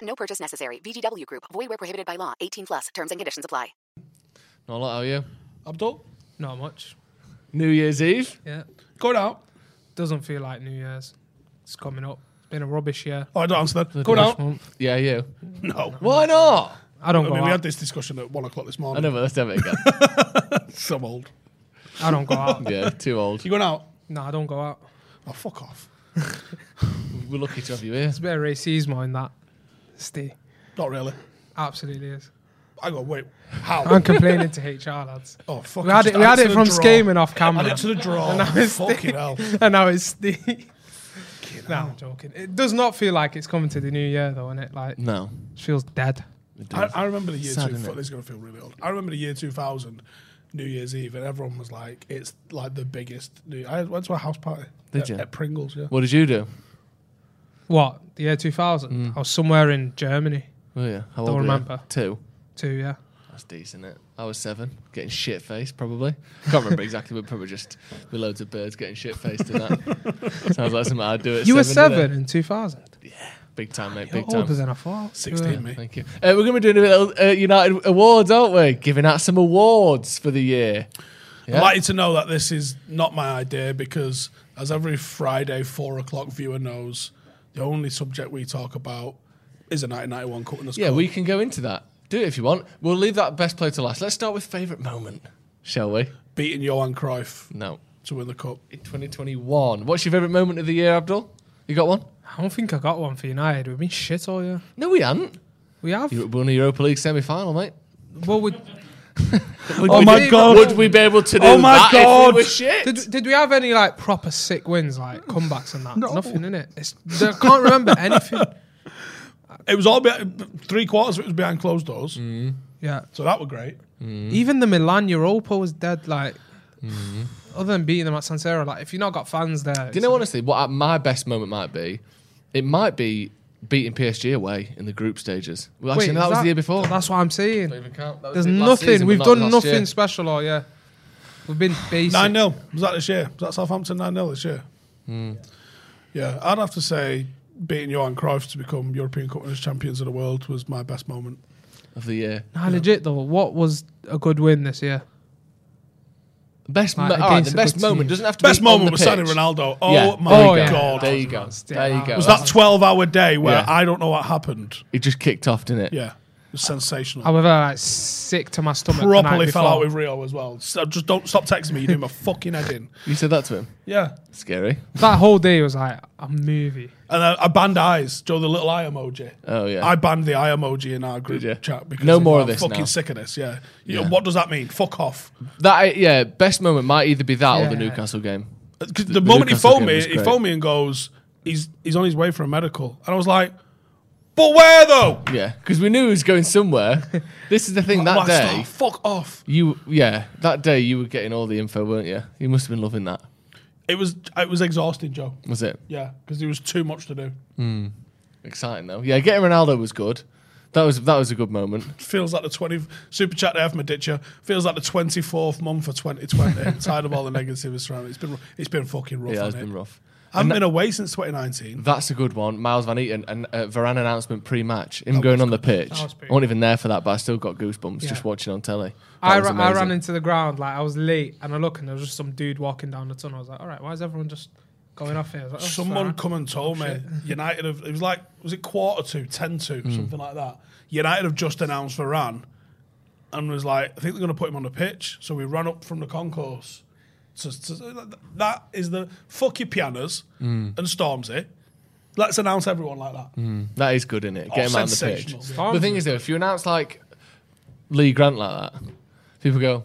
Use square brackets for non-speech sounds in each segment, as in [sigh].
No purchase necessary. VGW Group. Void where prohibited by law. 18 plus. Terms and conditions apply. Not a lot, are you? Abdul, Not much. New Year's Eve. Yeah. going out. Doesn't feel like New Year's. It's coming up. It's been a rubbish year. Oh, I don't answer that. Going out. Month. Yeah, you. No. Why not? I don't I go mean, we had out. this discussion at one o'clock this I morning. know, but let's have it again. So I'm old. I don't go [laughs] out. yeah, too old. You going out? No, I don't go out. Oh, fuck off. We're lucky to have you here. It's a bit of racism in that. Steve. Not really. Absolutely [laughs] is. I go, wait, how? I'm complaining to HR, lads. oh, fuck. We had just it, we had add to it the from draw. scheming off Add camera. it to the draw. it's [laughs] Fucking hell. and [laughs] now it's Steve. No, I'm [laughs] joking. It does not feel like it's coming to the new year, though, innit? Like, No. it feels dead. I, I remember the year Sad, two, innit? fuck, this is going to feel really old. I remember the year 2000, New Year's Eve, and everyone was like, it's like the biggest. New, I went to a house party. Did at, you? At Pringles, yeah. What did you do? What? The year 2000? Mm. I was somewhere in Germany, Oh, yeah. How old Don't were you? remember. Two. too, yeah. That's decent, it. I was seven, getting shit faced, probably. Can't remember exactly, but probably just with loads of birds getting shit faced and that. Sounds like something I'd do at You were seven. didn't seven it? in 2000. Big time, mate. Big time. Older than I thought. 16, mate. Thank you. Uh, we're going to be doing a little uh, United Awards, aren't we? Giving out some awards for the year. Yeah. I'd like you to know that this is not my idea because, as every Friday four o'clock viewer knows, the only subject we talk about is a 1991 cutting the score. Yeah, we can go into that. Do it if you want. We'll leave that best play to last. Let's start with favourite moment, shall we? beating Johan Cruyff No. to win the cup. In 2021. What's your favourite moment of the year, Abdul? You got one? I don't think I got one for United. We've been shit all year. No, we haven't. We have. You won a Europa League semi final, mate. well, we, Would Oh we my do- God. Would we be able to do Oh my that if God. we were shit? did, did we have any like proper sick wins, like Mm. comebacks and that? Nothing in it. It's, I [laughs] can't remember anything. It was all behind, three quarters of it was behind closed doors, Mm. Yeah, so that were great. even the Milan Europa was dead. Like, other than beating them at San Siro, like if you've not got fans there, Mm-hmm. Do you know honestly what uh, my best moment might be? It might be beating PSG away in the group stages. Well, actually, no, that, is was the year before. That's what I'm saying. Don't even count. That was There's it last nothing. season, but We've not done last nothing year. special all year. We've been basic. 9 0. Was that this year? Was that Southampton 9 0 this year? Mm. Yeah, I'd have to say beating Johan Cruyff to become European Cup winners champions of the world was my best moment. of the year. Nah, legit though. What was a good win this year? Best, mo- Like, all right, against the a best good moment team. doesn't have to Best be on moment the was signing pitch. Ronaldo. Oh Yeah. my Oh, yeah. god! There you go. There you go. It was that 12 hour day where Yeah. I don't know what happened. It just kicked off, didn't it? Yeah, it was sensational. I was like sick to my stomach. the night Properly fell before. out with Rio as well. So just don't stop texting me. [laughs] You're doing my fucking head in. You said that to him. Yeah. Scary. That whole day was like a movie. And I, I banned eyes, Joe, the little eye emoji. Oh, yeah. I banned the eye emoji in our group Did you? chat because No I'm more of like, this Fucking now. sick of this. Yeah. You know, Yeah. What does that mean? Fuck off. That yeah. Best moment might either be that or the Yeah. Newcastle game. Uh, 'Cause the, The moment he Newcastle phoned game me, was he great. phoned me and goes, "He's he's on his way for a medical," and I was like, "But where though?" Yeah, because we knew he was going somewhere. this is the thing. That Like, day, "Oh, fuck off. you yeah, that day you were getting all the info, weren't you? You must have been loving that. It was it was exhausting, Joe. Was it? Yeah, because there was too much to do. Exciting though. Yeah, getting Ronaldo was good. That was that was a good moment. Feels like the 20 super chat there from Aditya. Feels like the 24th month [laughs] of 2020. Tired of all the negativity around it. It's been it's been fucking rough. yeah, it's hasn't been it? rough. I haven't been away since 2019. That's a good one. Miles Van Eaton and uh, Varane announcement pre-match. Him going on the pitch. I wasn't even there for that, but I still got goosebumps Yeah. just watching on telly. That I, was ra- I amazing. ran into the ground, like I was late, and I look and there was just some dude walking down the tunnel. I was like, all right, why is everyone just going off here? I was like, "Oh, it's Someone alright." come and told me [laughs] United have. It was like was it quarter to ten to Hmm. something like that. United have just announced Varane, and was like, I think they're going to put him on the pitch. So we ran up from the concourse. So, so that is the fuck your pianos Hmm. and Stormzy. Let's announce everyone like that. That is good, isn't it? Hmm, Get Oh, him out on the pitch. sensational. Stormzy. The thing is, though, if you announce like Lee Grant like that, people go,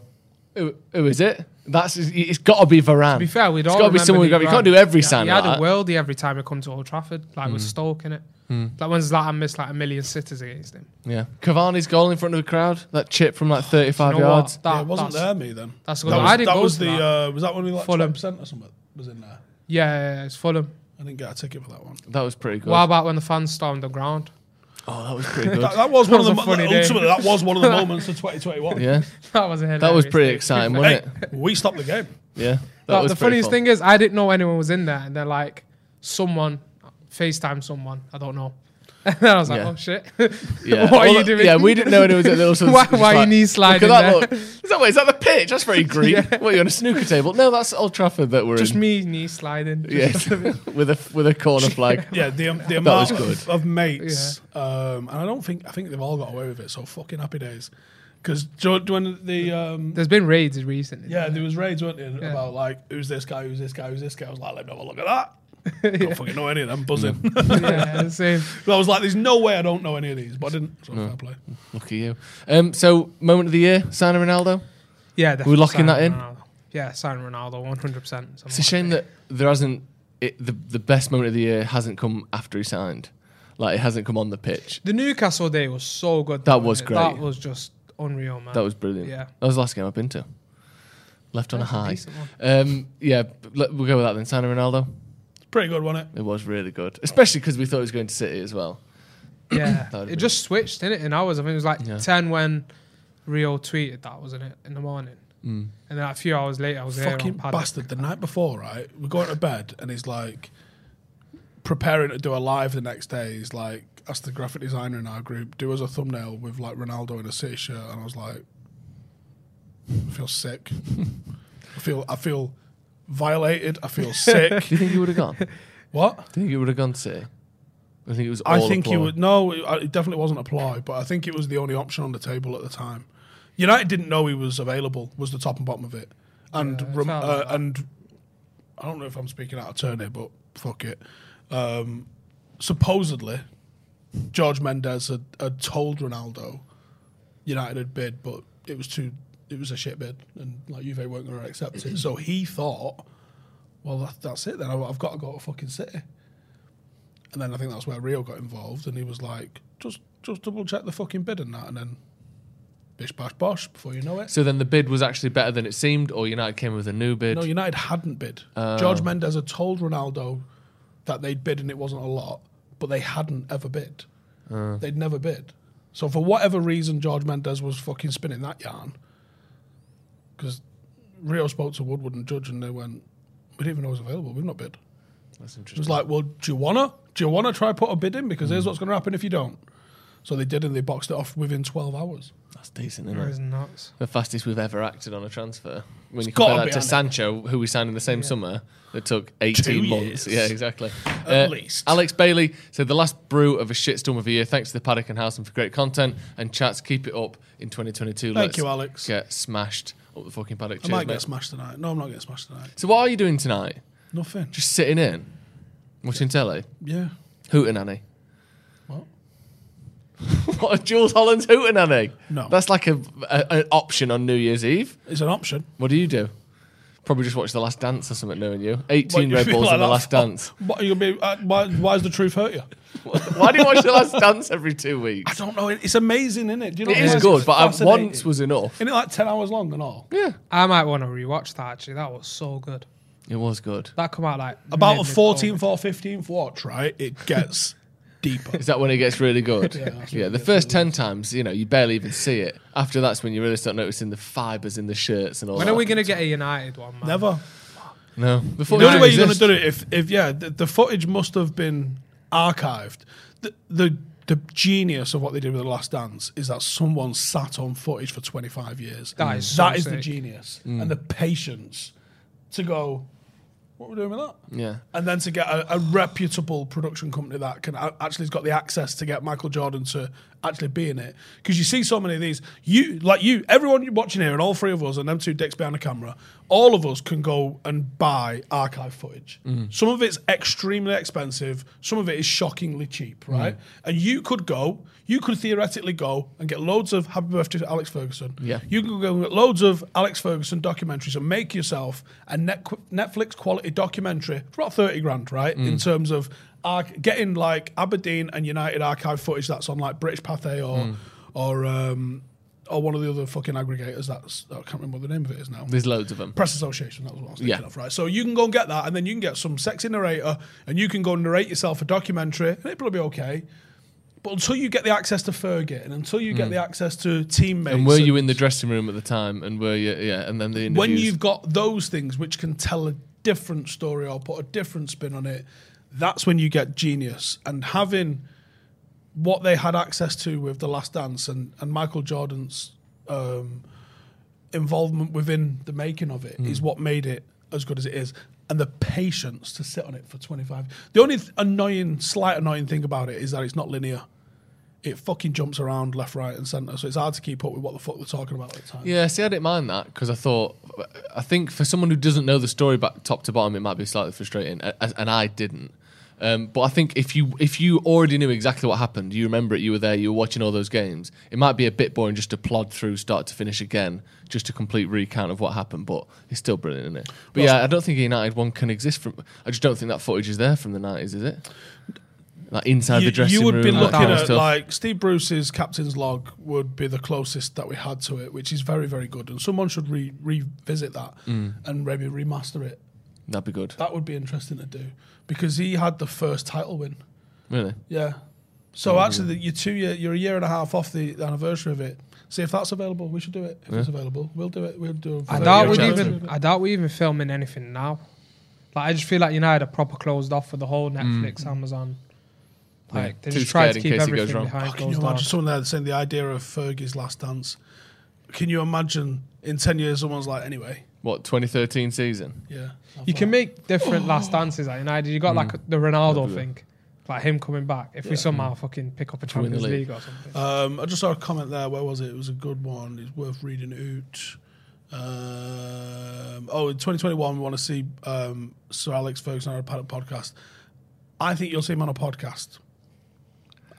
"Who, who is it?" That's it's got to be Varane. To be fair, we'd it's all got to be remember someone. Lee we go, You Grant. can't do every Yeah, sign He like had that. Hmm. a worldie every time he come to Old Trafford, like with Stoke in it. Like when Zlatan missed like a million sitters against him. Yeah, Cavani's goal in front of the crowd. That chip from like You thirty-five know what? yards. That it wasn't that's- there, me then. that's a that good one. was, I didn't that go was to the that. Uh, was that one we like Fulham. Fulham percent or something was in there. Yeah, yeah, yeah, it's Fulham. I didn't get a ticket for that one. That was pretty good. What about when the fans stormed the ground? [laughs] Oh, that was pretty good. That, that was one was of a the funny day. ultimately that was one of the moments of 2021. yeah, That was a hilarious that was pretty dude. exciting, Hey, wasn't it? we stopped the game. Yeah. That Like, was the pretty funniest fun. thing is, I didn't know anyone was in there, and they're like, someone, FaceTime someone, I don't know. [laughs] And I was like, Yeah. oh shit. Yeah. [laughs] What are Well, you doing? Yeah, we didn't know it was a [laughs] little. sort of- Why- just why your knees look at sliding that, there? look. Is that what? Is that the pitch? That's [laughs] very green. What you on a snooker table? No, that's Old Trafford that we're Just in. [laughs] me knee sliding. Just- Yeah, [laughs] with a with a [laughs] corner flag. Yeah, the, um, the was amount of, good. of mates, um, and I don't think I think they've all got away with it. So fucking happy days, because when the um, There's been raids recently. [laughs] yeah there was raids weren't there about like who's this guy, who's this guy, who's this guy. I was like, let me have a look at that. Don't fucking know any of them. Buzzing. yeah, same. But I was like, there's no way I don't know any of these, but I didn't. So fair play. Look at you. Um, so moment of the year, signing Ronaldo. Yeah, definitely locking that in? sign Ronaldo. Yeah, sign Ronaldo, 100%. It's a shame that there hasn't it, the the best moment of the year hasn't come after he signed. Like it hasn't come on the pitch. The Newcastle day was so good. That though, was wasn't it? That great. was just unreal, man. That was brilliant. Yeah. That was the last game I've been to. Left on a That's a high. decent one. um, yeah, b- let- we'll go with that then. Signing Ronaldo. Pretty good, wasn't it? It was really good, especially because we thought he was going to City as well. [clears throat] Yeah, would've it been- just switched in it in hours. I think it was like Yeah. ten when Rio tweeted that, wasn't it, in the morning? Mm. And then a few hours later, I was there. Fucking on Paddock. bastard. The night before, right? We're going to bed, and he's like preparing to do a live the next day. He's like, asked the graphic designer in our group, do us a thumbnail with like Ronaldo in a city shirt. And I was like, I feel sick. [laughs] I feel, I feel violated. I feel sick. [laughs] Do you think he would have [laughs] gone? Do you what? think he would have gone to City? I think it was. All I think he applause. would. No, it it definitely wasn't apply, but I think it was the only option on the table at the time. United didn't know he was available. Was the top and bottom of it, and Yeah, it rem- felt uh, like that. and I don't know if I'm speaking out of turn here, but fuck it. Um, supposedly, George Mendes had, had told Ronaldo United had bid, but it was too. It was a shit bid, and like Juve weren't going to accept it. So he thought, well, that, that's it. Then I, I've got to go to fucking City. And then I think that's where Rio got involved, and he was like, just just double check the fucking bid and that, and then bish bash bosh before you know it. So then the bid was actually better than it seemed, or United came with a new bid. No, United hadn't bid. George Mendes had told Ronaldo that they'd bid and it wasn't a lot, but they hadn't ever bid. They'd never bid. So for whatever reason, George Mendes was fucking spinning that yarn. Because Rio spoke to Woodward and Judge and they went, we didn't even know it was available. We've not bid. That's It was interesting. like, well, do you wanna? Do you wanna try put a bid in? Because here's what's gonna happen if you don't. So they did, and they boxed it off within 12 hours. That's decent, It isn't was it? nuts. The fastest we've ever acted on a transfer. When you It's gotta compare be, that to hasn't it? Sancho, who we signed in the same summer, that took 18 Two months. years. Yeah, exactly. Uh, At least. Alex Bailey said, The last brew of a shitstorm of a year. Thanks to the Paddock and House and for great content and chats. Keep it up in 2022. Thank you, Alex. Get smashed up the fucking paddock. I Cheers, might mate. get smashed tonight. No, I'm not getting smashed tonight. So, what are you doing tonight? Nothing. Just sitting in, watching telly, yeah. hooting Annie. [laughs] What? What a Jules Holland's hootenanny. No. That's like a, a an option on New Year's Eve. It's an option. What do you do? Probably just watch The Last Dance or something, knowing you. 18 Red Bulls on The Last Dance. What, you gonna be, uh, why, why does the truth hurt you? Why do you watch The Last Dance every two I weeks? don't know. It- It's amazing, isn't [laughs] it? Do you know It what is mean? good, It's but I, fascinating. once was enough. Isn't it like 10 hours long and all? Yeah. I might want to rewatch that. Actually, that was so good. It was good. That come out like About mid- the mid- [laughs] 14th or 15th watch, right? It gets deeper. Is that when it gets really good? yeah, the first 10 times, you know, you barely even see it. After that's when you really start noticing the fibres in the shirts and all When that. are we going to get a United one, man? Never. No. Before The only way you're going to do it if if yeah the, the footage must have been archived. The, the the genius of what they did with the Last Dance is that someone sat on footage for 25 years. That is so That is the sick. genius and the patience to go. What we're doing with that? Yeah. and then to get a, a reputable production company that can a- actually has got the access to get Michael Jordan to actually be in it. Because you see so many of these, you like you, everyone you're watching here, and all three of us, and them two dicks behind the camera, all of us can go and buy archive footage. Some of it's extremely expensive, some of it is shockingly cheap, right? And you could go, you could theoretically go and get loads of Happy Birthday to Alex Ferguson. Yeah. You can go and get loads of Alex Ferguson documentaries and make yourself a net, Netflix quality documentary for about 30 grand, right? Mm. In terms of arch- getting like Aberdeen and United archive footage that's on like British Pathé or, Mm. or, um, or one of the other fucking aggregators that's, I can't remember what the name of it is now. There's loads of them. Press Association, that was what I was thinking Yeah. of, right? So you can go and get that, and then you can get some sexy narrator, and you can go and narrate yourself a documentary, and it'll probably be okay. But until you get the access to Fergie, and until you get the access to teammates, Mm. And were you in the dressing room at the time? And were you, yeah, and then the interviews. when you've got those things which can tell a different story or put a different spin on it, that's when you get genius. And having what they had access to with The Last Dance and, and Michael Jordan's um, involvement within the making of it is what made it as good as it is. And the patience to sit on it for 25. The only th- annoying, slight annoying thing about it is that it's not linear. It fucking jumps around left, right, and centre. So it's hard to keep up with what the fuck they're talking about at the time. Yeah, see, I didn't mind that because I thought, I think for someone who doesn't know the story back top to bottom, it might be slightly frustrating, a- as- and I didn't. Um, but I think if you if you already knew exactly what happened, you remember it, you were there, you were watching all those games. It might be a bit boring just to plod through start to finish again, just a complete recount of what happened. But it's still brilliant, isn't it? But yeah, I don't think a United one can exist from. I just don't think that footage is there from the nineties, is it? Like inside the dressing would room, be that looking kind of at stuff. like Steve Bruce's captain's log would be the closest that we had to it, which is very very good. And someone should re- revisit that Mm. and maybe remaster it. that'd be good, That would be interesting to do because he had the first title win. really. Yeah. So Oh. actually, the, you're two year, you're a year and a half off the anniversary of it. See if that's available. We should do it. If it's available, we'll do it. We'll do it. I for doubt your we're charity. even. I doubt we're even filming anything now. Like I just feel like United are proper closed off for the whole Mm. Netflix, Amazon. Like they Too just try scared to in keep case it goes everything wrong. behind Can you closed imagine doors. someone there saying the idea of Fergie's last dance? Can you imagine in ten years someone's like, anyway, What 2013 season? yeah. You can make different last dances at United. You got Mm. like the Ronaldo thing, like him coming back. If we somehow fucking pick up a win the Champions league. League or something. Um, I just saw a comment there. Where was it? It was a good one. It's worth reading out. Um, oh, in 2021, we want to see um, Sir Alex Ferguson on a pod- podcast. I think you'll see him on a podcast.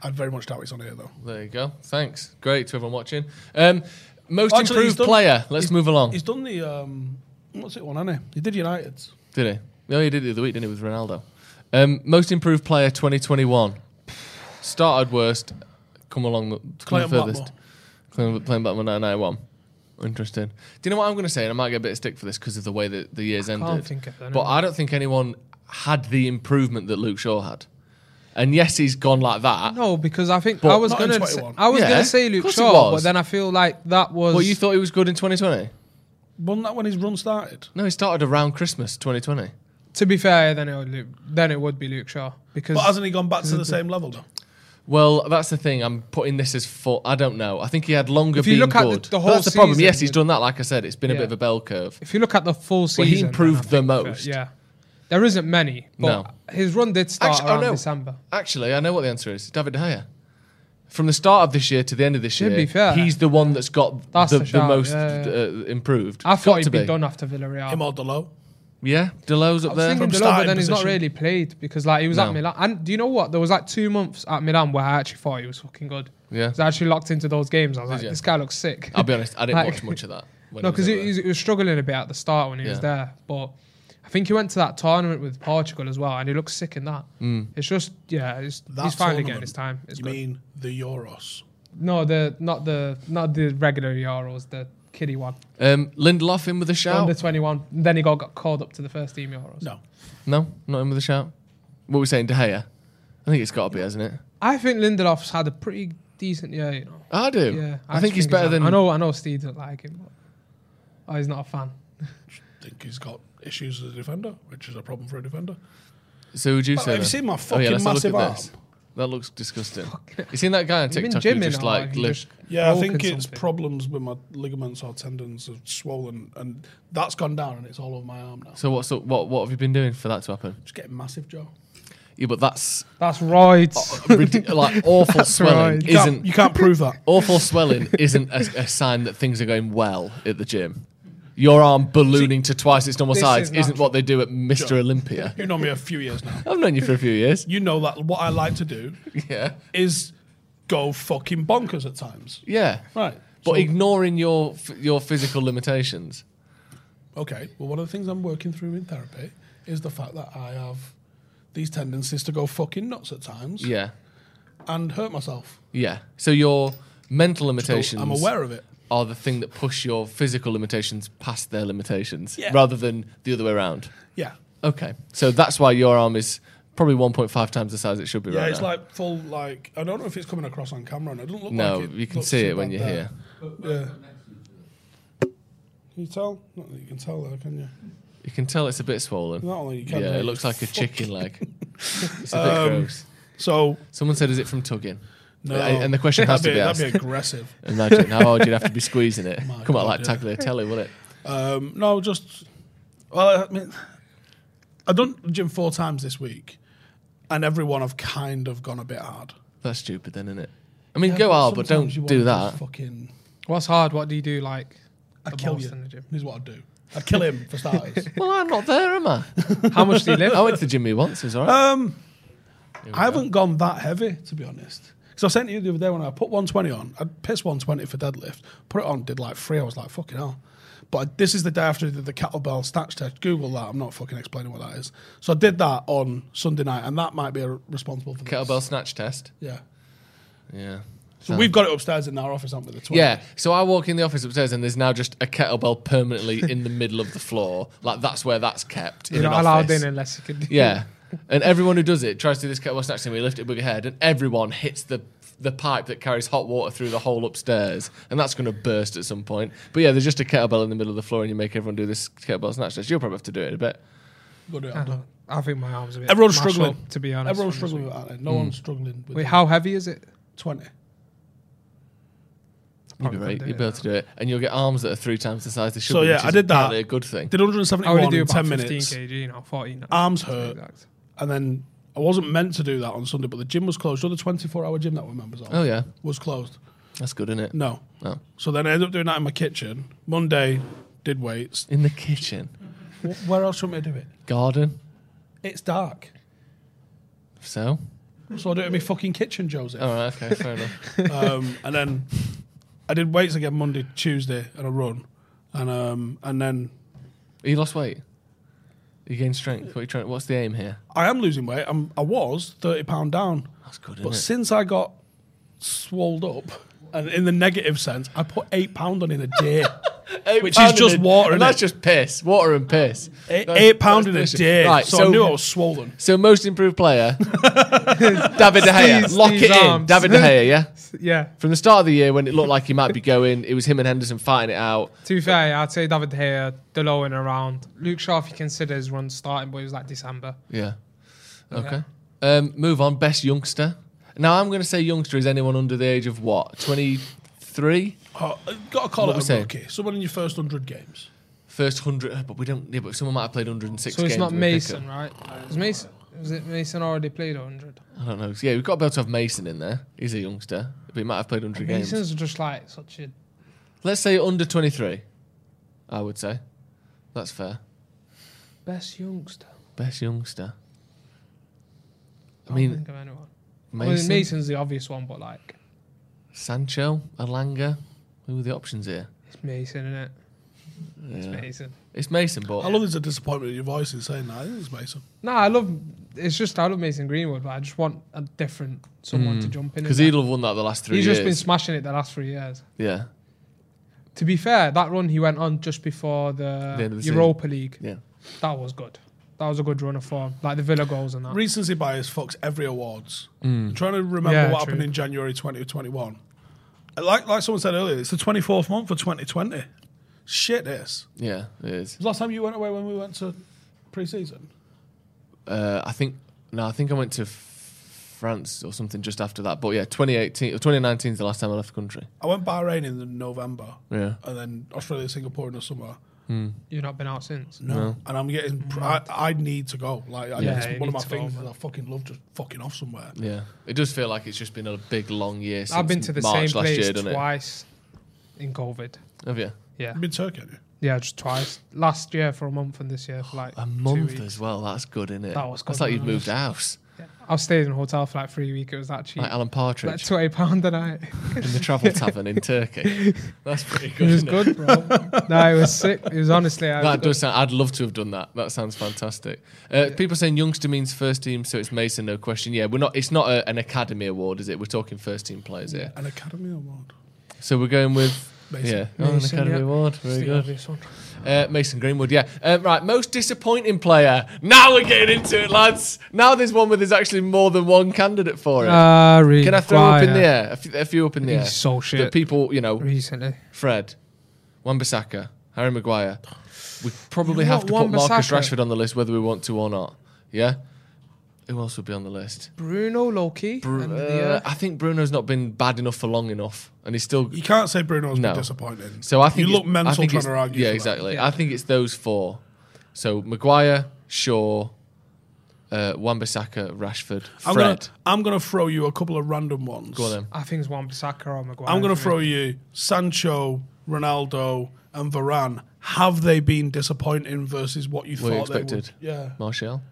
I very much doubt he's on here, though. There you go. Thanks. Great to everyone watching. Um, most Actually, he's improved done- player. Let's he's- move along. He's done the, um, what's it one, hasn't he? He did United's. Did he? No, he did it the other week, didn't he, with Ronaldo? Um, most improved player 2021. Started worst, come along the come the Clayton furthest. Blackmore. Playing, playing Batman 991. Interesting. Do you know what I'm going to say? And I might get a bit of stick for this because of the way that the year's ended. can't think of anyone. but I don't think anyone had the improvement that Luke Shaw had. And yes, he's gone like that. No, because I think But I was not in gonna. Say, 21. I was Yeah, gonna say of Luke course he Shaw, but was. then I feel like that was. Well, you thought he was good in 2020? Wasn't that when his run started? No, he started around Christmas 2020. to be fair, then it would Luke, then it would be Luke Shaw because But hasn't he gone back to the same level, though? Well, that's the thing. I'm putting this as full. I don't know. I think he had longer. If you being look at the- good. the But whole that's the problem. season, Yes, he's it- done that. Like I said, it's been a Yeah. bit of a bell curve. if you look at the full season, he then improved I the think that- most. yeah, there isn't many, but his run did start Actually, oh, around no. December. Actually, I know what the answer is. David De Gea. From the start of this year to the end of this To year, be fair. he's the one that's got That's the, the the, shout, most yeah, yeah. Uh, improved. I Got thought to he'd be. be done after Ah. Villarreal. Him or Delo? Yeah, Delo's I up was there. thinking From Delo, but starting then he's not position. really played because like he was No. at Milan. And do you know what? There was like two months at Milan where I actually thought he was fucking good. Yeah. 'Cause I actually locked into those games. I was like, you? this guy looks sick. I'll be honest. I didn't Like- watch much of that. when [laughs] No, he was because up there. he, he was struggling a bit at the start when he was Yeah. there. But I think he went to that tournament with Portugal as well, and he looked sick in that. Mm. It's just, yeah, it's, That he's finally getting tournament, his time. It's you good. mean the Euros? No, the not the not the regular Euros, the kiddie one, um, Lindelof in with a under shout. twenty one. Then he got, got called up to the first team E Euros. No. No, not in with a shout. What were we saying, De Gea? I think it's got to be, hasn't it? I think Lindelof's had a pretty decent year, you know. I do. Yeah, I, think he's better had- than. I know. I know Steve doesn't like him, but oh, he's not a fan. think he's got issues as a defender, which is a problem for a defender. So would you Well, say? have you then? seen my Oh, yeah, fucking let's have a look massive at arm? this. That looks disgusting. you seen that guy on You've been TikTok who gymming just or like have you look, just Yeah, I broken think it's something? problems with my ligaments or tendons have swollen, and that's gone down, and it's all over my arm now. So what's up, what what have you been doing for that to happen? Just getting massive, Joe. Yeah, but [laughs] that's That's right. ridi- like awful swelling right. You can't- isn't you can't prove [laughs] that? awful swelling isn't a, a sign that things are going well at the gym. Your arm ballooning to twice its normal this size is is not natural. what they do at Mr. Olympia. You know me a few years now. I've known you for a few [laughs] years. You know that what I like to [laughs] do Yeah, is go fucking bonkers at times. yeah. Right. But So- ignoring your f- your physical limitations. Okay. Well, one of the things I'm working through in therapy is the fact that I have these tendencies to go fucking nuts at times Yeah, and hurt myself. yeah. So your mental So limitations. I'm aware of it. are the thing that push your physical limitations past their limitations Yeah. rather than the other way around. Yeah. Okay. So that's why your arm is probably 1.5 times the size it should be Yeah, right it's now. like full, like, I don't know if it's coming across on camera and it doesn't look no, like it. you can looks see so it when bad you're there. here. Yeah. Can you tell? Not that you can tell, though, can you? You can tell it's a bit swollen. Not only you can, yeah, but Um, it you looks like a fucking- chicken leg. [laughs] It's a bit gross. So, Someone said, "Is it from tugging?" no. And the question has to That'd be That'd asked. be aggressive. Imagine how hard you'd have to be squeezing it. My Come on, like God, yeah. Tagliatelle, would it? Um, no, just well, I mean, I've done the gym four times this week, and every one I've kind of gone a bit hard. That's stupid, then, isn't it? I mean, go hard, but don't Sometimes you do wanna that. just Fucking, What's hard? What do you [laughs] do? Like, I the kill most you. in the gym? Is what I do. I kill him [laughs] for starters. Well, I'm not there, am I? how much do you lift? I went to the gym me once. It was all right. I haven't gone that heavy to be honest. Because I sent you the other day when I put 120 on, I'd piss 120 for deadlift, put it on, did like three. I was like, fucking hell. But this is the day after I did the kettlebell snatch test. Google that. I'm not fucking explaining what that is. So I did that on Sunday night, and that might be responsible for this. Kettlebell snatch test. Yeah. Yeah. So we've got it upstairs in our office, haven't we? The 20. Yeah. So I walk in the office upstairs and there's now just a kettlebell permanently in the middle of the floor. Like that's where that's kept. You're in an not allowed office. in unless you can. Do Yeah. And everyone who does it tries to do this kettlebell snatch thing where you lift it with your head and everyone hits the the pipe that carries hot water through the whole upstairs and that's going to burst at some point. But yeah, there's just a kettlebell in the middle of the floor and you make everyone do this kettlebell snatch test. You'll probably have to do it in a bit. Go do it, I, I'll do don't it. know. I think my arms a bit. Everyone's mashed struggling. up, to be honest. Everyone's on this struggling one. with that. eh? No Hmm. one's struggling with Wait, that. how heavy is it? 20. You'll be, Probably right. couldn't do You'll it be able to do it. And you'll get arms that are three times the size they should So, be. yeah, which I is did that. apparently a good thing. Did I only 171 do in about 10 15 minutes. kg, you know, 14. Arms to be hurt. exact. [laughs] And then I wasn't meant to do that on Sunday, but the gym was closed. So the 24 hour gym that we're members of Oh, yeah. was closed. That's good, isn't it? Oh, No. No. So then I ended up doing that in my kitchen. Monday, did weights. In the kitchen. Wh- Where else should I do it? Garden. It's dark. So? So I do it in my fucking kitchen, [laughs] Joseph. All right, okay, fair enough. [laughs] um, and then I did weights again Monday, Tuesday, and a run. And, um, and then You lost weight. You gained strength. What are you trying? What's the aim here? I am losing weight. I'm, I was 30 pound down. That's good, But isn't since I got swolled up, and in the negative sense, I put eight pound on in a day. [laughs] it? which is just water, And innit? that's just piss. Water and piss. Eight, That's- eight pound in a that's delicious. day. Right, so, I knew I was swollen. [laughs] so most improved [laughs] player, David De Gea. Steve's- Lock it Steve's in, arms. David De [laughs] Gea. Yeah. Yeah. From the start of the year, when it looked like he might be going, it was him and Henderson fighting it out. To be fair, I'd say David De Gea, Delo in around. Luke Shaw, if you consider his run starting, but it was like December. Yeah. Okay. Um, move on. Best youngster. Now I'm going to say youngster is anyone under the age of what? Twenty three. Oh, got to call What we it a saying? rookie. Someone in your first hundred games. First hundred, uh, but we don't. Yeah, but someone might have played 106 So it's games with not a kicker. Mason, right? Was Mason? Was it Mason already played 100? I don't know. Yeah, we've got to be able to have Mason in there. He's a youngster, but he might have played 100 games. Mason's just like such a. Let's say under 23, I would say. That's fair. Best youngster. Best youngster. I I mean, think of anyone. Oh, Mason? Mason, Mason's the obvious one, but like Sancho, Alanga. Who are the options here? it's Mason, isn't it? It's Yeah. Mason. It's Mason, but I love there's a disappointment in your voice in saying that. I think it's Mason. No, I love. It's just I love Mason Greenwood, but I just want a different someone Hmm. to jump in. because and he'll have won that the last three he's years. just been smashing it the last three years. yeah, To be fair, that run he went on just before the, The end of the Europa League, yeah. that was good. that was a good run of form. Like the Villa goals and that. Recency bias fucks every awards. Mm. I'm trying to remember Yeah, what true. happened in January 2021. Like like someone said earlier, it's the 24th month of 2020. Shit, this. Yeah, it is. Was last time you went away when we went to pre-season? Uh, I think no, I think I went to f- France or something just after that. But yeah, 2018 or 2019 is the last time I left the country. I went Bahrain in the November. Yeah. And then Australia, Singapore in the summer. You've not been out since. No. And I'm getting. pr- I, I need to go. Like, I, Yeah, it's you one need of my to go, things. man. that I fucking love just fucking off somewhere. Yeah, it does feel like it's just been a big long year. Since I've been to the March same last place year, doesn't twice in COVID. It? Have you? Yeah. You've been to Turkey, have you? Yeah, just twice. Last year for a month and this year for like A two month weeks. as well. That's good, isn't it? That was That's good, like you've man. moved house, I stayed in a hotel for like three weeks. It was that cheap. like Alan like Partridge twenty pound a night. in the [laughs] travel tavern in Turkey. That's pretty good. It was isn't [laughs] it? good, bro. [laughs] no, it was sick. It was honestly. I That does sound. I'd love to have done that. That sounds fantastic. Uh, People saying youngster means first team, so it's Mason, no question. Yeah, we're not. It's not a, an academy award, is it? We're talking first team players here. An Academy Award. So we're going with Mason. yeah, oh, an Mason, Academy yeah. Award. It's Very the good. obvious one. Uh, Mason Greenwood. Yeah. Uh, right. Most disappointing player. Now we're getting into it, lads. Now there's one where there's actually more than one candidate for it. Ah, Reece Can I throw up in the Maguire. air? A f- a few up in the He's air. so The shit. people, you know, Recently, Fred, Wan-Bissaka, Harry Maguire. We probably You have to put want Marcus Wan-Bissaka? Rashford on the list whether we want to or not. Yeah. Who else would be on the list? Bruno Loki. Bru- uh, I think Bruno's not been bad enough for long enough, and he's still You can't say Bruno's No. been disappointing. So I think you it's- look mental I think trying it's- to argue. Yeah, for that. exactly. Yeah. I think it's those four. So Maguire, Shaw, uh, Wan-Bissaka, Rashford, Fred. I'm Gonna, I'm gonna throw you a couple of random ones. Go on then. I think it's one Bissaka or Maguire. I'm gonna for me. throw you Sancho, Ronaldo, and Varane. Have they been disappointing versus what you What you thought they would? expected? Yeah. Martial.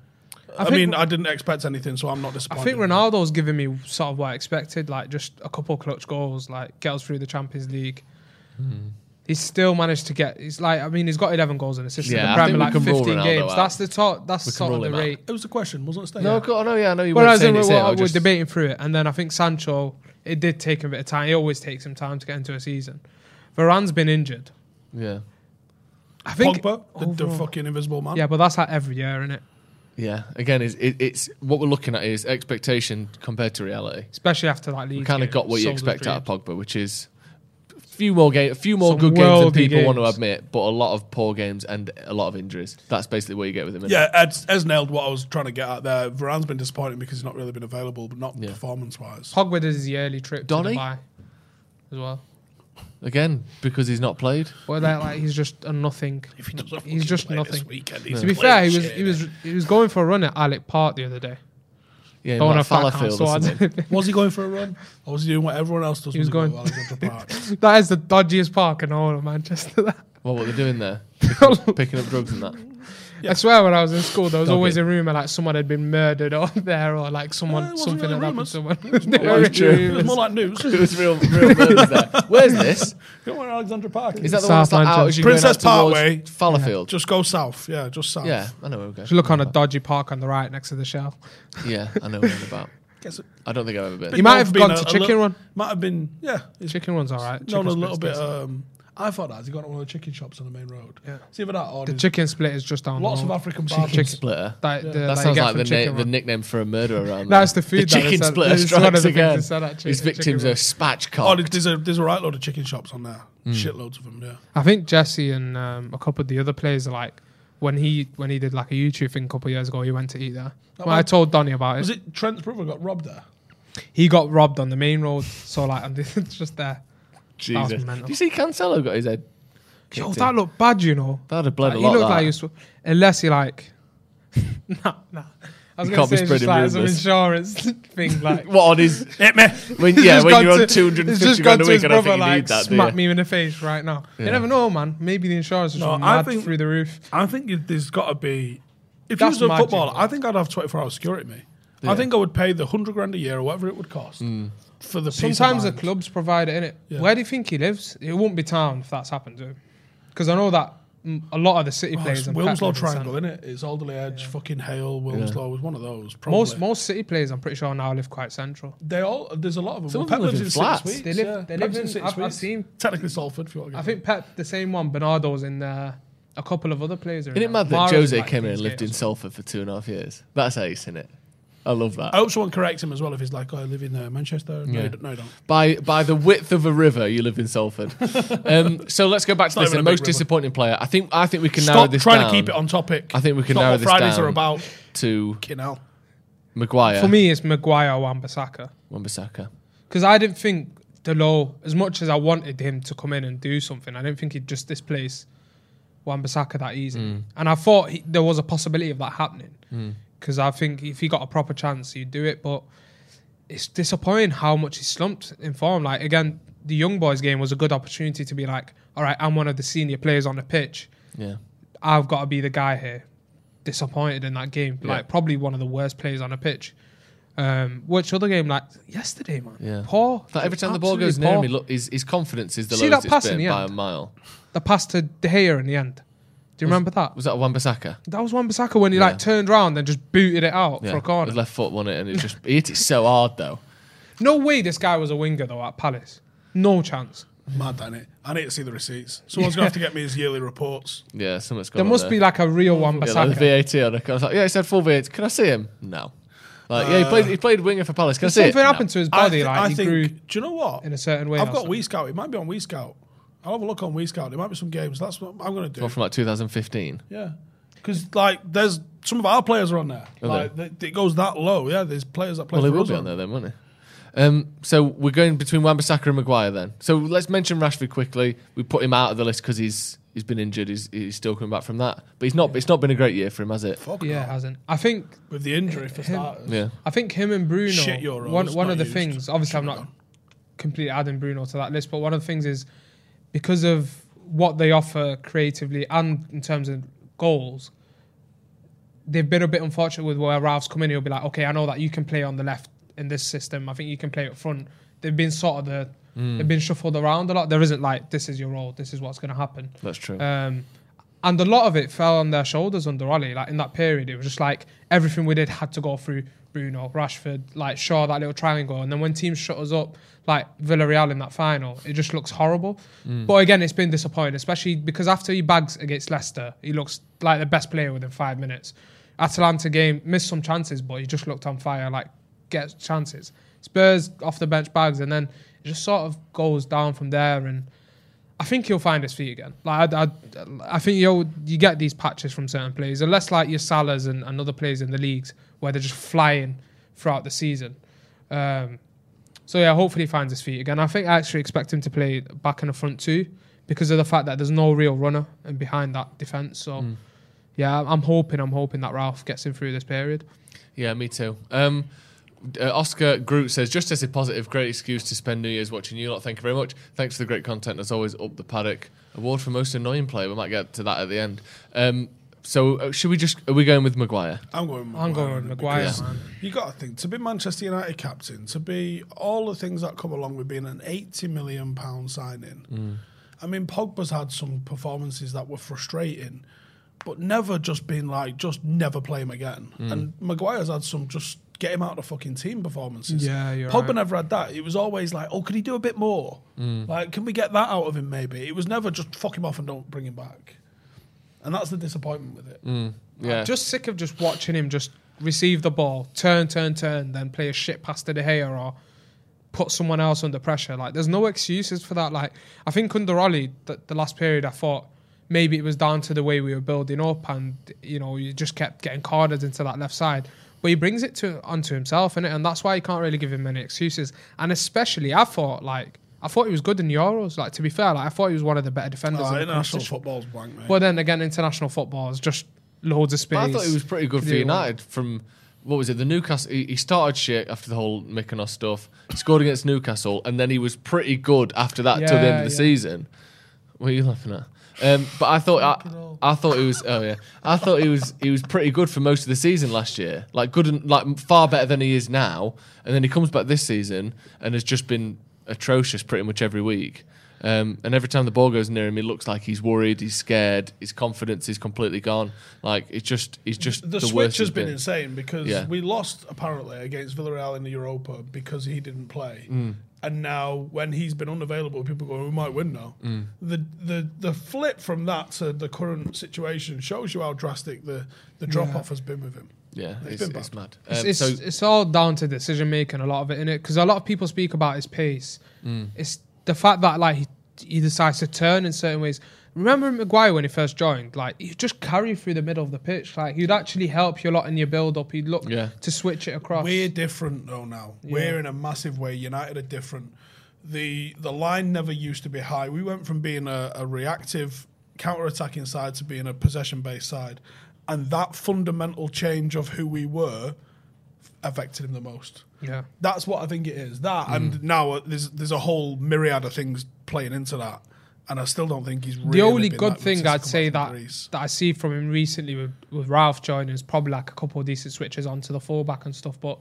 I, think- mean, I didn't expect anything, so I'm not I disappointed. think Ronaldo's given me sort of what I expected, like just a couple clutch goals, like get us through the Champions League. Hmm. He's still managed to get. He's like, I mean, he's got 11 goals and assists Yeah, in I the think Premier we like can rule 15 Ronaldo games. out. That's the top. That's We can sort rule of the him out. rate. It was a question, wasn't it? Stay No, yeah. go- oh, no, yeah, I know you weren't Whereas saying we're, it's we're, it. I we're was just- debating through it, and then I think Sancho, it did take him a bit of time. It always takes him time to get into a season. Varane's been injured. Yeah, I think. Pogba, the, the overall- fucking invisible man. yeah, but that's like every year, isn't it? yeah. Again, it's, it, it's what we're looking at is expectation compared to reality. Especially after that league. We kind of got what you expect out of Pogba, which is a few more game, a few more Some good games than worldly people want to games. admit, but a lot of poor games and a lot of injuries. That's basically what you get with him. isn't it? Yeah, Ed's, Ed's nailed what I was trying to get at there. Varane's been disappointing because he's not really been available, but not Yeah. performance-wise. Pogba does his yearly trip Donny? to Dubai as well. Again, because he's not played. Or that like he's just a nothing. [laughs] If he doesn't he's fucking just play This nothing. weekend, he's To be fair, playing he was shit. he was he was going for a run at Alec Park the other day. Yeah, Going on a like fat Fallowfield or count, so I something. don't- [laughs] Was he going for a run? Or was he doing what everyone else does? He was when they going- go [laughs] to Alexandra Park? that is the dodgiest park in all of Manchester. [laughs] that- What were they doing [laughs] there? Picking, picking up drugs and that. I swear, when I was in school, there was Dodgy. always a rumor like someone had been murdered [laughs] on there, or like someone Eh, it wasn't something had really happened rumours. to someone. [laughs] more like true. It was more like news. It was real, real murders there. Where's this? Go on Alexandra Park. Is that the South one that's like out Manchester. as you're going Princess out towards Parkway. Fallowfield? Just go south. Yeah, just south. Yeah, I know where we're going. Look on a dodgy park on the right next to the shell. Yeah, I know where we're about. Guess it- I don't think I've ever been. You might have Been gone a- to a Chicken little- Run. Might have been. Yeah, it's Chicken Run's all right. known Chicken a little split's bit. decent. Um, I thought that. Has he got one of the chicken shops on the main road? Yeah. It's either that or the there's chicken split is just down. lots the of road. African Chicken bars. chicken- splitter. That, the- That you sounds get like from the, Chicken na- Run. the nickname for a murderer [laughs] around That's there. the food The that they chicken said- splitter it's one of the strikes things again. they said at Chi- His at Chicken victims Run. are Oh, spatchcocked. there's a there's a right load of chicken shops on there. Hmm. Shitloads of them. Yeah. I think Jesse and um, a couple of the other players are like when he when he did like a YouTube thing a couple of years ago, he went to eat there. That Well, I one- told Donny about Was it. it Trent's brother got robbed there? He got robbed on the main road, so like and it's [laughs] just there. was Jesus. mental. Did you see Cancelo got his head? kicked Yo, Oh, that in? looked bad, you know. That'd have bled Like, a he lot. looked that. like he was, unless he like, [laughs] nah, nah. I was You gonna can't be say it's just spreading like some rumours. insurance [laughs] thing, like. what on his? Hit me. When, [laughs] He's yeah, just when gone you're on to- two hundred and he's just fifty gone grand a to his week, I don't brother, think you like, need that. Do Smack you? me in the face right now. Yeah. You never know, man. Maybe the insurance is No, just I mad think- through the roof. I think it- there's got to be. If That's you was a magic, footballer, though. I think I'd have 24 hour security, mate. Yeah. I think I would pay the 100 grand a year or whatever it would cost Hmm. for the peace of Sometimes the mind. clubs provide it, innit? Yeah. Where do you think he lives? It won't be town if that's happened to him. Because I know that mm, a lot of the city Oh, players it's and Pep Wilmslow live in Triangle, centre. innit? It's Alderley Edge, fucking Hale, Wilmslow was one of those. Probably. Most most city players, I'm pretty sure now live quite central. They all there's a lot of them. Some Well, of them Pep live lives in in flats. six weeks. They live- yeah. they live Pep lives in- six I've- I've weeks. seen- technically Salford. If you want to I get think Pep, the same one, Bernardo's in uh, a couple of other players are. Isn't in it there. mad that Mara's Jose like came in and Kingsgate lived or in Salford for two and a half years? That's ace, isn't it? I love that. I Oh. hope someone corrects him as well if he's like, oh, I live in uh, Manchester. No, Yeah. you don't- no, you don't. By by the width of a river, you live in [laughs] Salford. um, so let's go back to not this. even The a big most river. disappointing player. I think I think we can narrow Stop this trying down to keep it on topic. I think we It's can not narrow what this Fridays down. are about. to Fucking hell. Maguire. For me, it's Maguire or Wan-Bissaka. Wan-Bissaka. because I didn't think Delo, as much as I wanted him to come in and do something, I didn't think he'd just displace Wan-Bissaka that easy. Mm. And I thought he, there was a possibility of that happening because I think if he got a proper chance, he'd do it. But it's disappointing how much he slumped in form. Like again, the young boys game was a good opportunity to be like, all right, I'm one of the senior players on the pitch. Yeah. I've got to be the guy here. Disappointed in that game, Yeah. like probably one of the worst players on the pitch. Um, which other game? Like yesterday, man. Yeah. Poor. Like every time the ball Absolutely goes near poor. him, he look, his, his confidence is the See lowest that pass it's in been the by end? a mile. the pass to De Gea in the end. Do you remember that? Was that Wan-Bissaka? that was Wan Bissaka when he like turned around and just booted it out for a corner. With left foot won it, and it just he hit it so hard though. no way this guy was a winger though at Palace. No chance. Mad, ain't it? I need to see the receipts. [laughs] Someone's going to have to get me his yearly reports. Yeah, something's going There on must be like a real Wan yeah, like Bissaka. the VAT on it. I was like, yeah, he said full VAT. Can I see him? No. Like, yeah, he played he played winger for Palace. Can I see Uh, Something it? No. happened to his body. thi- like he grew. do you know what? in a certain way I've or got something. Wii Scout. It might be on Wii Scout. I'll have a look on Wii Scout. There might be some games. That's what I'm going to do. Well, from like 2015. Yeah, because like there's some of our players are on there. like th- it goes that low. Yeah, there's players that play. Well, he for will us be on there then, won't he? Um, so we're going between Wan-Bissaka and Maguire then. So let's mention Rashford quickly. We put him out of the list because he's he's been injured. He's, he's still coming back from that, but he's not. It's not been a great year for him, has it? Fuck Yeah, yeah, it hasn't. I think with the injury for starters. Yeah. I think him and Bruno. Shit Euros, one one not of the used. things. Obviously, I'm not completely adding Bruno to that list, but one of the things is because of what they offer creatively and in terms of goals, they've been a bit unfortunate with where Ralph's come in. He'll be like, okay, I know that you can play on the left in this system. I think you can play up front. They've been sort of the they've been shuffled around a lot. There isn't like this is your role. This is what's going to happen. That's true. Um, and a lot of it fell on their shoulders under Ollie. Like in that period, it was just like everything we did had to go through Bruno, Rashford, like Shaw, that little triangle. And then when teams shut us up, like Villarreal in that final, it just looks horrible. But again, it's been disappointing, especially because after he bags against Leicester, he looks like the best player within five minutes. Atalanta game missed some chances, but he just looked on fire, like gets chances. Spurs off the bench bags, and then it just sort of goes down from there. And I think he'll find his feet again. Like I, I, I think you you get these patches from certain players, unless like your Salas and, and other players in the leagues where they're just flying throughout the season. Um, so yeah, hopefully he finds his feet again. I think I actually expect him to play back in the front too, because of the fact that there's no real runner and behind that defense. So yeah, I'm hoping I'm hoping that Ralph gets him through this period. Yeah, me too. Um, uh, Oscar Groot says, just as a positive, great excuse to spend New Year's watching you lot. Thank you very much. Thanks for the great content. As always, up the paddock. Award for most annoying player. We might get to that at the end. Um, so uh, should we just? Are we going with Maguire? I'm going. With I'm going with Maguire, because man. You got to think to be Manchester United captain, to be all the things that come along with being an 80 million pound signing. Mm. I mean, Pogba's had some performances that were frustrating, but never just been like, just never play him again. Mm. And Maguire's had some just get him out of the fucking team performances. Yeah, you're Pogba right. Mm. never had that. It was always like, oh, could he do a bit more? Like, can we get that out of him? Maybe it was never just fuck him off and don't bring him back. And that's the disappointment with Mm. it. Yeah. Just sick of just watching him just receive the ball, turn, turn, turn, then play a shit pass to De Gea or put someone else under pressure. Like, there's no excuses for that. Like, I think under Ollie, the, the last period, I thought maybe it was down to the way we were building up, and you know, you just kept getting carded into that left side. But he brings it to onto himself, innit? and that's why you can't really give him any excuses. And especially, I thought like. I thought he was good in Euros. Like to be fair, like I thought he was one of the better defenders. Oh, in the international competition. football's blank, mate. But then again, international football is just loads of space. But I thought he was pretty good Could for do United from what was it? The Newcastle. He, he started shit after the whole Mykonos stuff. Scored against Newcastle, and then he was pretty good after that till the end of Yeah, the yeah. season. What are you laughing at? Um, but I thought I, I thought he was oh yeah I thought he was he was pretty good for most of the season last year like good and like far better than he is now and then he comes back this season and has just been atrocious pretty much every week um, and every time the ball goes near him he looks like he's worried he's scared his confidence is completely gone like it's just he's just the, worst switch he's has been, insane because Yeah. Mm. we lost apparently against Villarreal in the Europa because he didn't play. And now, when he's been unavailable, people go, "We might win now." Mm. The the the flip from that to the current situation shows you how drastic the the drop off has been with him. Yeah, it's, been it's, bad. mad. It's, Um, it's, so it's all down to decision making, a lot of it in it, because a lot of people speak about his pace. It's the fact that like he, he decides to turn in certain ways. Remember Maguire when he first joined? Like he just carry through the middle of the pitch. Like he'd actually help you a lot in your build up. He'd look Yeah. to switch it across. We're different though now. We're in a massive way. United are different. The the line never used to be high. We went from being a, a reactive counter-attacking side to being a possession-based side. And that fundamental change of who we were affected him the most. Yeah. Mm. That's what I think it is. That and now uh, there's there's a whole myriad of things playing into that. And I still don't think he's really the only been good that thing I'd consistent say back that in Greece. that I see from him recently with, with Ralph joining is probably like a couple of decent switches onto the fullback and stuff, but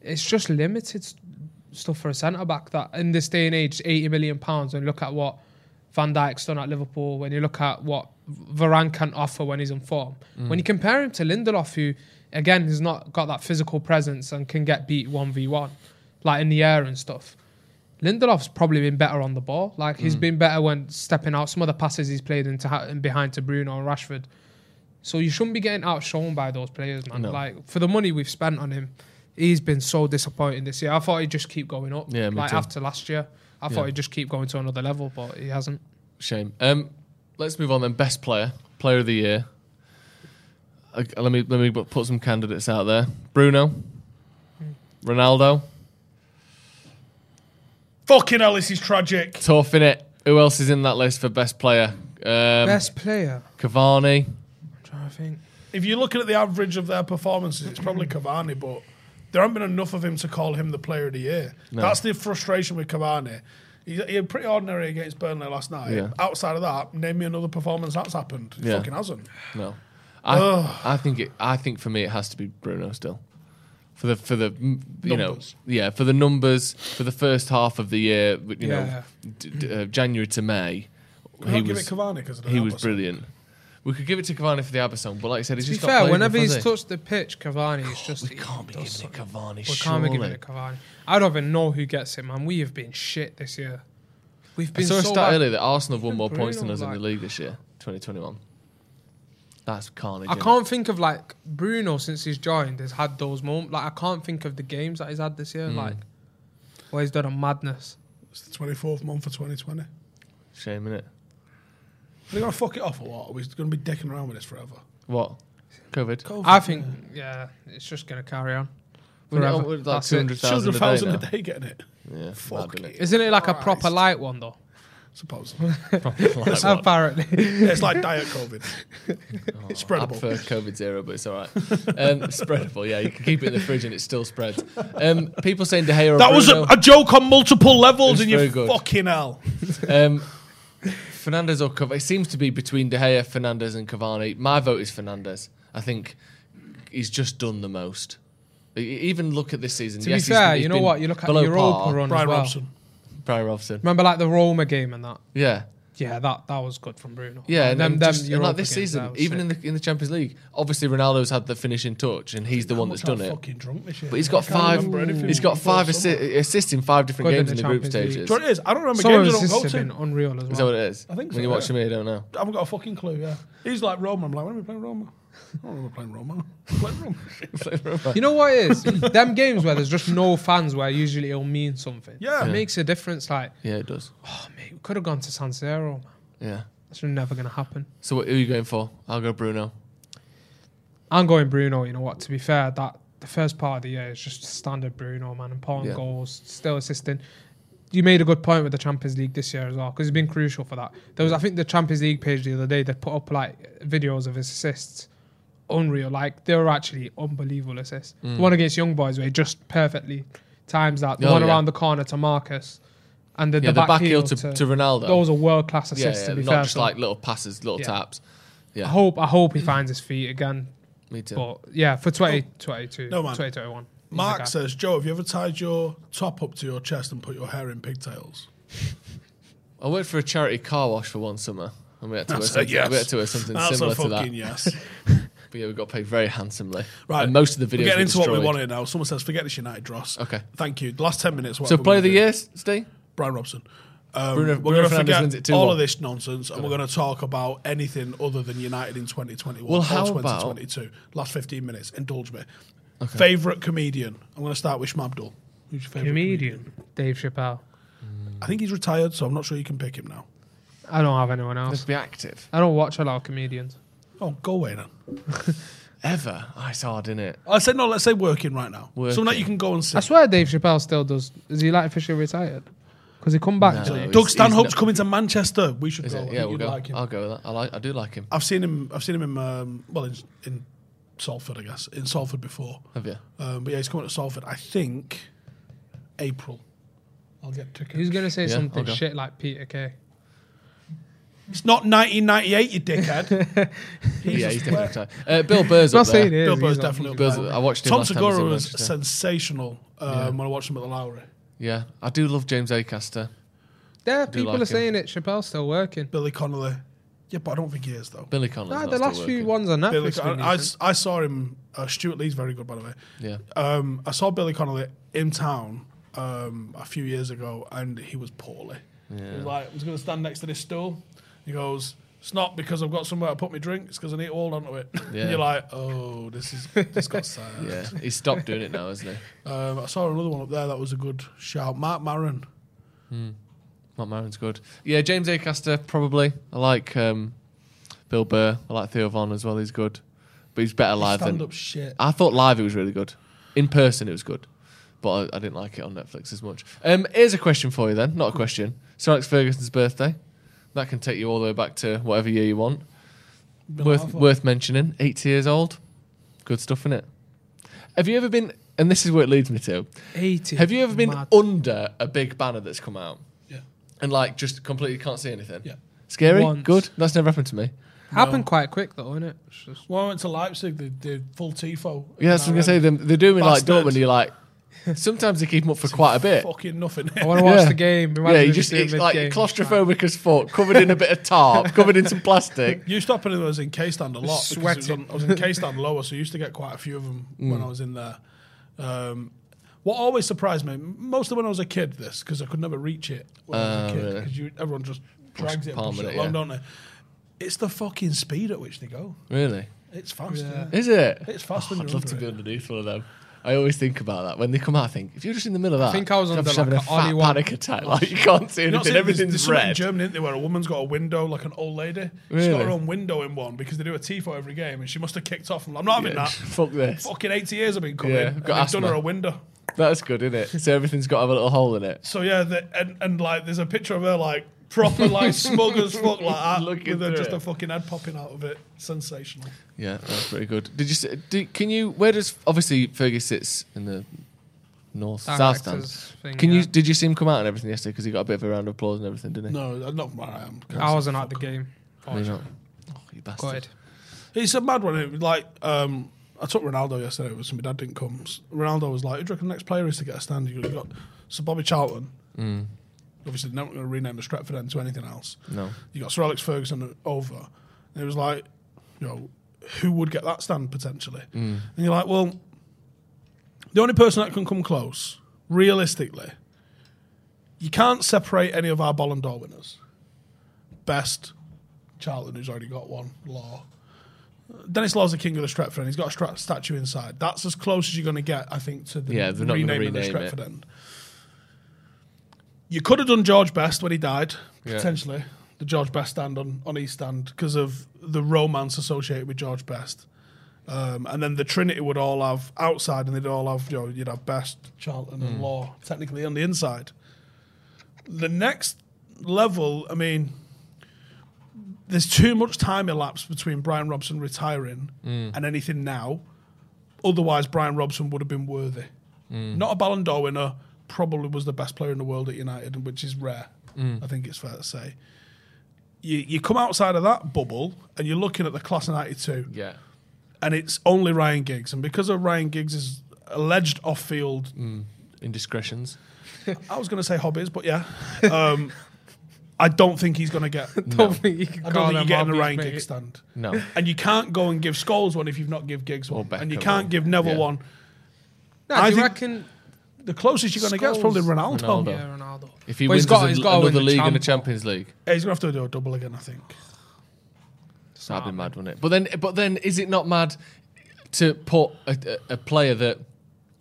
it's just limited s- stuff for a centre back that in this day and age, eighty million pounds. When you look at what Van Dijk's done at Liverpool, when you look at what Varane can offer when he's in form, Mm. when you compare him to Lindelof, who again has not got that physical presence and can get beat one v one, like in the air and stuff. Lindelof's probably been better on the ball. Like Mm. he's been better when stepping out. Some of the passes he's played into ha- and behind to Bruno and Rashford. So you shouldn't be getting outshone by those players, man. Like for the money we've spent on him, he's been so disappointing this year. I thought he'd just keep going up. Yeah, me like too. after last year, I thought Yeah. he'd just keep going to another level, but he hasn't. shame. Um, let's move on then. Best player, player of the year. Uh, let me let me bu- put some candidates out there. Bruno, Ronaldo, Fucking hell, this is tragic. tough in it. Who else is in that list for best player? Um, Best player. Cavani. I'm trying to think. if you're looking at the average of their performances, it's probably Mm. Cavani, but there haven't been enough of him to call him the player of the year. That's the frustration with Cavani. He, he had pretty ordinary against Burnley last night. Yeah. Outside of that, name me another performance that's happened. It Yeah. fucking hasn't. No, I, I think it. I think for me it has to be Bruno still. For the for the mm, you Numbers. know yeah for the numbers for the first half of the year but, you Yeah. know d- d- uh, January to May We can't give it Cavani 'cause of the he was Alba song. brilliant. We could give it to Cavani for the Abba song, but like I said, he's To be just not fair, played whenever enough, he's has he? Oh, touched the pitch, Cavani is just. we can't be he giving does it something. Cavani. We can't be giving surely. it Cavani. I don't even know who gets it, man. We have been shit this year. We've I been saw a so stat bad. earlier that Arsenal have won more points than Bruno, us in the like- league this year, 2021. That's carnage. I innit? can't think of like Bruno since he's joined has had those moments. Like I can't think of the games that he's had this year. Like where he's done a madness. It's the 24th month for 2020. Are Shame, innit? they going to fuck it off or what? Are we going to be dicking around with this forever? What? COVID? I think yeah, it's just gonna carry on. We're Forever. not- we're like That's it. 200,000 a day 100,000 now. a day getting it, Yeah, Fuck mad, innit? it. Isn't it like a proper light one though? [laughs] supposedly. Apparently. [laughs] it's like diet COVID. [laughs] it's I spreadable. prefer COVID zero, but it's all right. Um, [laughs] spreadable, yeah. You can keep it in the fridge and it still spreads. Um, people saying De Gea or That was a, Bruno, a joke on multiple levels, It's and you very good. fucking hell. um, Fernandez or Cavani. It seems to be between De Gea, Fernandez, and Cavani. My vote is Fernandez. I think he's just done the most. E- Even look at this season. to yes, be he's- fair, he's you know been what? You look at below Europa par. run as Brian well. Robson. Brian Robson. Remember like the Roma game and that. Yeah. Yeah, that that was good from Bruno. Yeah, and, them, and them just- and Europa like this games, season, that was even sick. in the in the Champions League, obviously Ronaldo's had the finishing touch, and he's the one that's done it. Fucking drunk this year. But he's got I can't five. remember anything He's got before five summer. assi- assists in five different Good in games the in the group Champions League. stages. Do you know what it is? I don't remember some of games his I don't go assists to. have been unreal as well. Is that what it is? I think so, When you watch yeah. me, you don't know. I haven't got a fucking clue. Yeah, he's like Roma. I'm like, when are we playing Roma? I don't remember playing Roma. [laughs] Playing Roma. You know what [laughs] it is? Them games where there's just no fans, where usually it'll mean something. Yeah. It Yeah. makes a difference. Like, [sighs] Yeah, it does. oh, mate, we could have gone to San Siro. man. Yeah. That's never going to happen. So what, who are you going for? I'll go Bruno. I'm going Bruno, you know what? To be fair, that the first part of the year is just standard Bruno, man. Important Yeah. goals, still assisting. You made a good point with the Champions League this year as well, because he's been crucial for that. There was, I think, the Champions League page the other day, they put up like videos of his assists. Unreal. Like, they were actually unbelievable assists. The one against Young Boys, where he just perfectly times that. The Mm. Oh, one yeah. around the corner to Marcus. And the, Yeah, the, back heel to, Ronaldo. Those are world class Yeah, assists, yeah, to be not fair. just so like little passes, little Yeah. taps. I hope, I hope he finds his feet again. Me too. But yeah, for 2022, Oh. No, man. 2021. he's the guy. Mark says, Joe, have you ever tied your top up to your chest and put your hair in pigtails? I worked for a charity car wash for one summer, and we had to wear That's a something, yes. we had to wear something That's similar a to fucking that. yes. But [laughs] But yeah, we got paid very handsomely. Right. And most of the videos. We're getting were into what we destroyed. wanted now. Someone says, forget this United dross. Okay. Thank you. The last 10 minutes. what So have we play of the been year, doing? Steve. Brian Robson. Um, Bruno- we're Bruno going to Fernandes forget wins it 2-1. all of this nonsense and we're going to talk about anything other than United in 2021 Well, or how about- 2022. Last 15 minutes. Indulge me. Favourite comedian? I'm going to start with Shmabdul. Who's your favourite Comedian, Dave Chappelle. I think he's retired, so I'm not sure you can pick him now. I don't have anyone else. Let's be active. I don't watch a lot of comedians. Oh, go away then. Ever. Oh, it's hard, isn't it? I said no. Let's say working right now. So that Working. you can go and see. I swear Dave Chappelle still does. Is he like officially retired? Because he come back No. to He's- Doug he's Stanhope's not- coming to Manchester. We should Is go. I it? think Yeah, we'll you'd go. like him. I'll go with that. I like. I do like him. I've seen him. I've seen him in um, well in, in Salford, I guess, in Salford before. Have you? Um, but yeah, he's coming to Salford. I think April. I'll get tickets. Who's gonna say Yeah, something okay. shit like Peter Kay? It's not 1998, [laughs] you dickhead. yeah, he's definitely retired. Uh, Bill Burr's Not up there. saying it is. Bill he's Burr's on- definitely he's up Bill there. Burr's- I watched him Tom last time he was Segura in was Manchester. sensational um, when I watched him at the Lowry. Yeah, I do love James Acaster. Yeah, do people like are him. saying it. Chappelle's still working. Billy Connolly. Yeah, but I don't think he is though. Billy Connolly. Nah, the last few ones on Billy, Netflix. been I, I, decent. I saw him. Uh, Stuart Lee's very good, by the way. Yeah. Um, I saw Billy Connolly in town um, a few years ago, and he was poorly. He was like, I was going to stand next to this stool. He goes, "It's not because I've got somewhere to put my drink. It's because I need to hold onto it." [laughs] Yeah. You're like, "Oh, this is this got sad." [laughs] Yeah, he's stopped doing it now, isn't he? um, I saw another one up there that was a good shout. Mark Maron. Mark Maron's good. Yeah, James Acaster probably. I like um, Bill Burr. I like Theo Von as well. He's good, but he's better live Stand than. up shit. I thought live it was really good. In person it was good, but I, I didn't like it on Netflix as much. Um, here's a question for you then, not a question. Sir Alex Ferguson's birthday. That can take you all the way back to whatever year you want. worth worth mentioning. 80 years old. Good stuff in it. Have you ever been? And this is where it leads me to. 80. Have you ever been Mad. under a big banner that's come out Yeah. and like just completely can't see anything? Yeah. Scary. Once. Good. That's never happened to me. Happened quite quick though, innit? It's just- When I went to Leipzig, they did full tifo. Yeah, that's what I'm gonna say. They're, um, they're doing me like Bastard. Dortmund. You're like, sometimes they keep them up for quite a bit. Fucking nothing. I want to watch Yeah. the game. Yeah, you just it's like game. claustrophobic as fuck, covered in a bit of tarp, covered in some [laughs] plastic. You used to happen when I was in K stand a lot. because it was Sweating. on- I was in K stand lower, so I used to get quite a few of them Mm. when I was in there. Um, what always surprised me, mostly when I was a kid, this because I could never reach it when I was a Oh, kid really? because everyone just drags it, and palm pushes it, it along, yeah. don't they? It's the fucking speed at which they go. Really? It's fast. Yeah. Is it? It's fast when Oh, I'd you're love to under be it. underneath one of them. I always think about that when they come out. I think if you're just in the middle of that, think I was you're under just like having a a Ollie fat Watt. panic attack. Like you can't see You're not anything. saying there's, Everything's there's something in red. Germany isn't there, where a woman's got a window like an old lady. She's Really? got her own window in one because they do a tifo every game, and she must have kicked off. And I'm not having Yeah, [laughs] that. Fuck this. Fucking 80 years I've been coming. Yeah, and got they've asthma. done her a window. That's good, isn't it? So everything's got to have a little hole in it. So yeah, the, and and like there's a picture of her like [laughs] proper like smug as fuck like that, Looking with her through just it. a fucking head popping out of it. Sensational. Yeah, that's pretty good. Did you? s- Do, can you? Where does obviously Fergus sits in the north south stand? Directors thing, Can you? yeah. Did you see him come out and everything yesterday? Because he got a bit of a round of applause and everything, didn't he? No, not where I am. I wasn't at the game. Maybe not. Oh, you bastard. Gutted. It's a mad one. It was like um, I took Ronaldo yesterday. It was my dad didn't come. S- Ronaldo was like, "Who do you reckon the next player is to get a stand?" You got Sir Bobby Charlton. Mm. Obviously, they're not going to rename the Stretford end to anything else. No. You got Sir Alex Ferguson over. And it was like, you know, who would get that stand potentially? And you're like, well, the only person that can come close, realistically, you can't separate any of our Ballon d'Or winners. Best, Charlton, who's already got one, Law. Dennis Law's the king of the Stretford and he's got a stra- statue inside. That's as close as you're going to get, I think, to the Yeah, they're not gonna renaming the rename it. Stretford end. You could have done George Best when he died, Yeah. potentially. The George Best stand on, on East Stand because of the romance associated with George Best. Um, and then the Trinity would all have outside, and they'd all have, you know, you'd have Best, Charlton, Mm. and Law technically on the inside. The next level, I mean, there's too much time elapsed between Brian Robson retiring and anything now. Otherwise, Brian Robson would have been worthy. Not a Ballon d'Or winner, probably was the best player in the world at United, which is rare. I think it's fair to say. You, you come outside of that bubble and you're looking at the class of 92 Yeah. and it's only Ryan Giggs. And because of Ryan Giggs' alleged off field, Indiscretions. I was going to say hobbies, but yeah. Um, [laughs] I don't think he's going to [laughs] get. Don't think you can I call don't think you're them getting a hobbies, Ryan mate. Giggs stand. [laughs] No. And you can't go and give Scholes one if you've not give Giggs one. Beckham and you can't one. give Neville Yeah. one. No, I do you think- reckon? The closest you're going to get is probably Scholes, Ronaldo. Ronaldo. Yeah, Ronaldo. If he But wins he's got, us he's a- got to win another the league and a Champ- Champions League, Yeah, he's going to have to do a double again, I think. that'd be mad, wouldn't it? But then, but then, is it not mad to put a, a, a player that,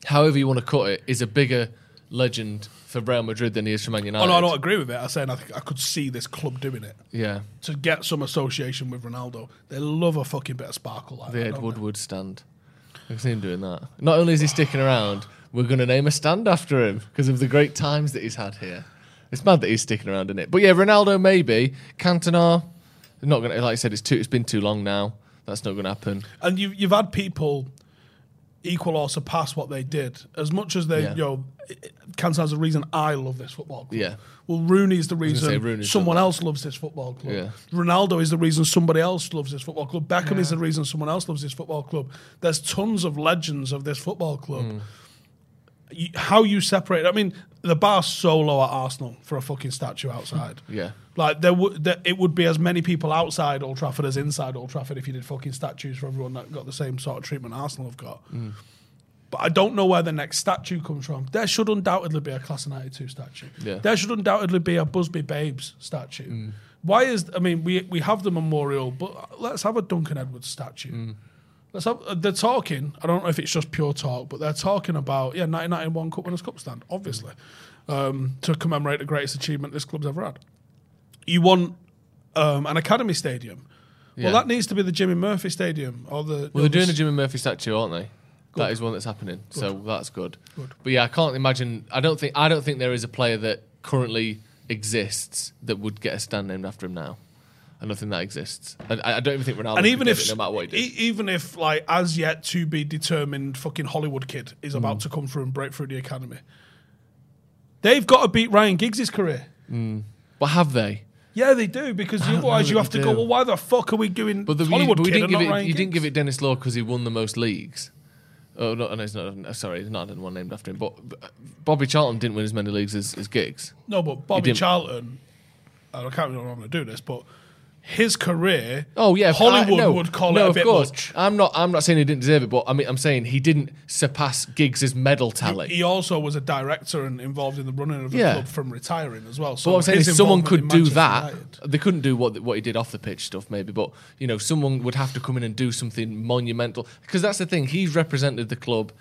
however you want to cut it, is a bigger legend for Real Madrid than he is for Man United? Oh, no, I don't agree with it. I'm saying I think I could see this club doing it Yeah, to get some association with Ronaldo. They love a fucking bit of sparkle like the that. Ed don't Woodward stand. I've seen him doing that. Not only is he sticking around, we're going to name a stand after him because of the great times that he's had here. It's mad that he's sticking around, isn't it? But yeah, Ronaldo maybe, Cantona. Not going to like I said, it's too. It's been too long now. That's not going to happen. they? And you, you've had people equal or surpass what they did. As much as they, Yeah. you know, Canton's the reason I love this football club. Yeah. Well, Rooney's the gonna reason say Rooney's someone the- else loves this football club. Yeah. Ronaldo is the reason somebody else loves this football club. Beckham is the reason someone else loves this football club. There's tons of legends of this football club. You- how you separate? I mean, the bar's so low at Arsenal for a fucking statue outside. [laughs] Yeah. Like there would, there, it would be as many people outside Old Trafford as inside Old Trafford if you did fucking statues for everyone that got the same sort of treatment Arsenal have got. But I don't know where the next statue comes from. There should undoubtedly be a Class of 92 statue. Yeah. There should undoubtedly be a Busby Babes statue. Why is, I mean, we, we have the memorial, but let's have a Duncan Edwards statue. Let's have, uh, they're talking, I don't know if it's just pure talk, but they're talking about, yeah, 1991 Cup Winners' Cup stand, obviously, um, to commemorate the greatest achievement this club's ever had. You want um, an academy stadium. Yeah. Well, that needs to be the Jimmy Murphy Stadium or the. Well, they're doing a Jimmy Murphy statue, aren't they? That is one that's happening, so that's good. But yeah, I can't imagine. I don't think. I don't think there is a player that currently exists that would get a stand named after him now. I don't think that exists. I, I don't even think Ronaldo. and could even get if it, no matter what he e- did. even if like as yet to be determined fucking Hollywood kid is Mm. about to come through and break through the academy, they've got to beat Ryan Giggs' career. but have they? Yeah, they do because don't otherwise know you that have they to go. do. Well, why the fuck are we doing But the, you- Hollywood but we kid didn't and give not it. Ryan You didn't Giggs? give it Dennis Law because he won the most leagues. Oh no, no, it's not. no, Sorry, it's not one named after him. But but Bobby Charlton didn't win as many leagues as, as Giggs. No, but Bobby didn't. Charlton. I can't remember how I'm going to do this, but his career. Oh yeah, Hollywood I- no, would call no, it a of bit course. much. I'm not. I'm not saying he didn't deserve it, but I mean, I'm saying he didn't surpass Giggs's medal tally. He also was a director and involved in the running of the Yeah. club from retiring as well. So but what I'm saying his is, someone could involvement in do that. Manchester United- They couldn't do what what he did off the pitch stuff, maybe. But you know, someone would have to come in and do something monumental because that's the thing. He's represented the club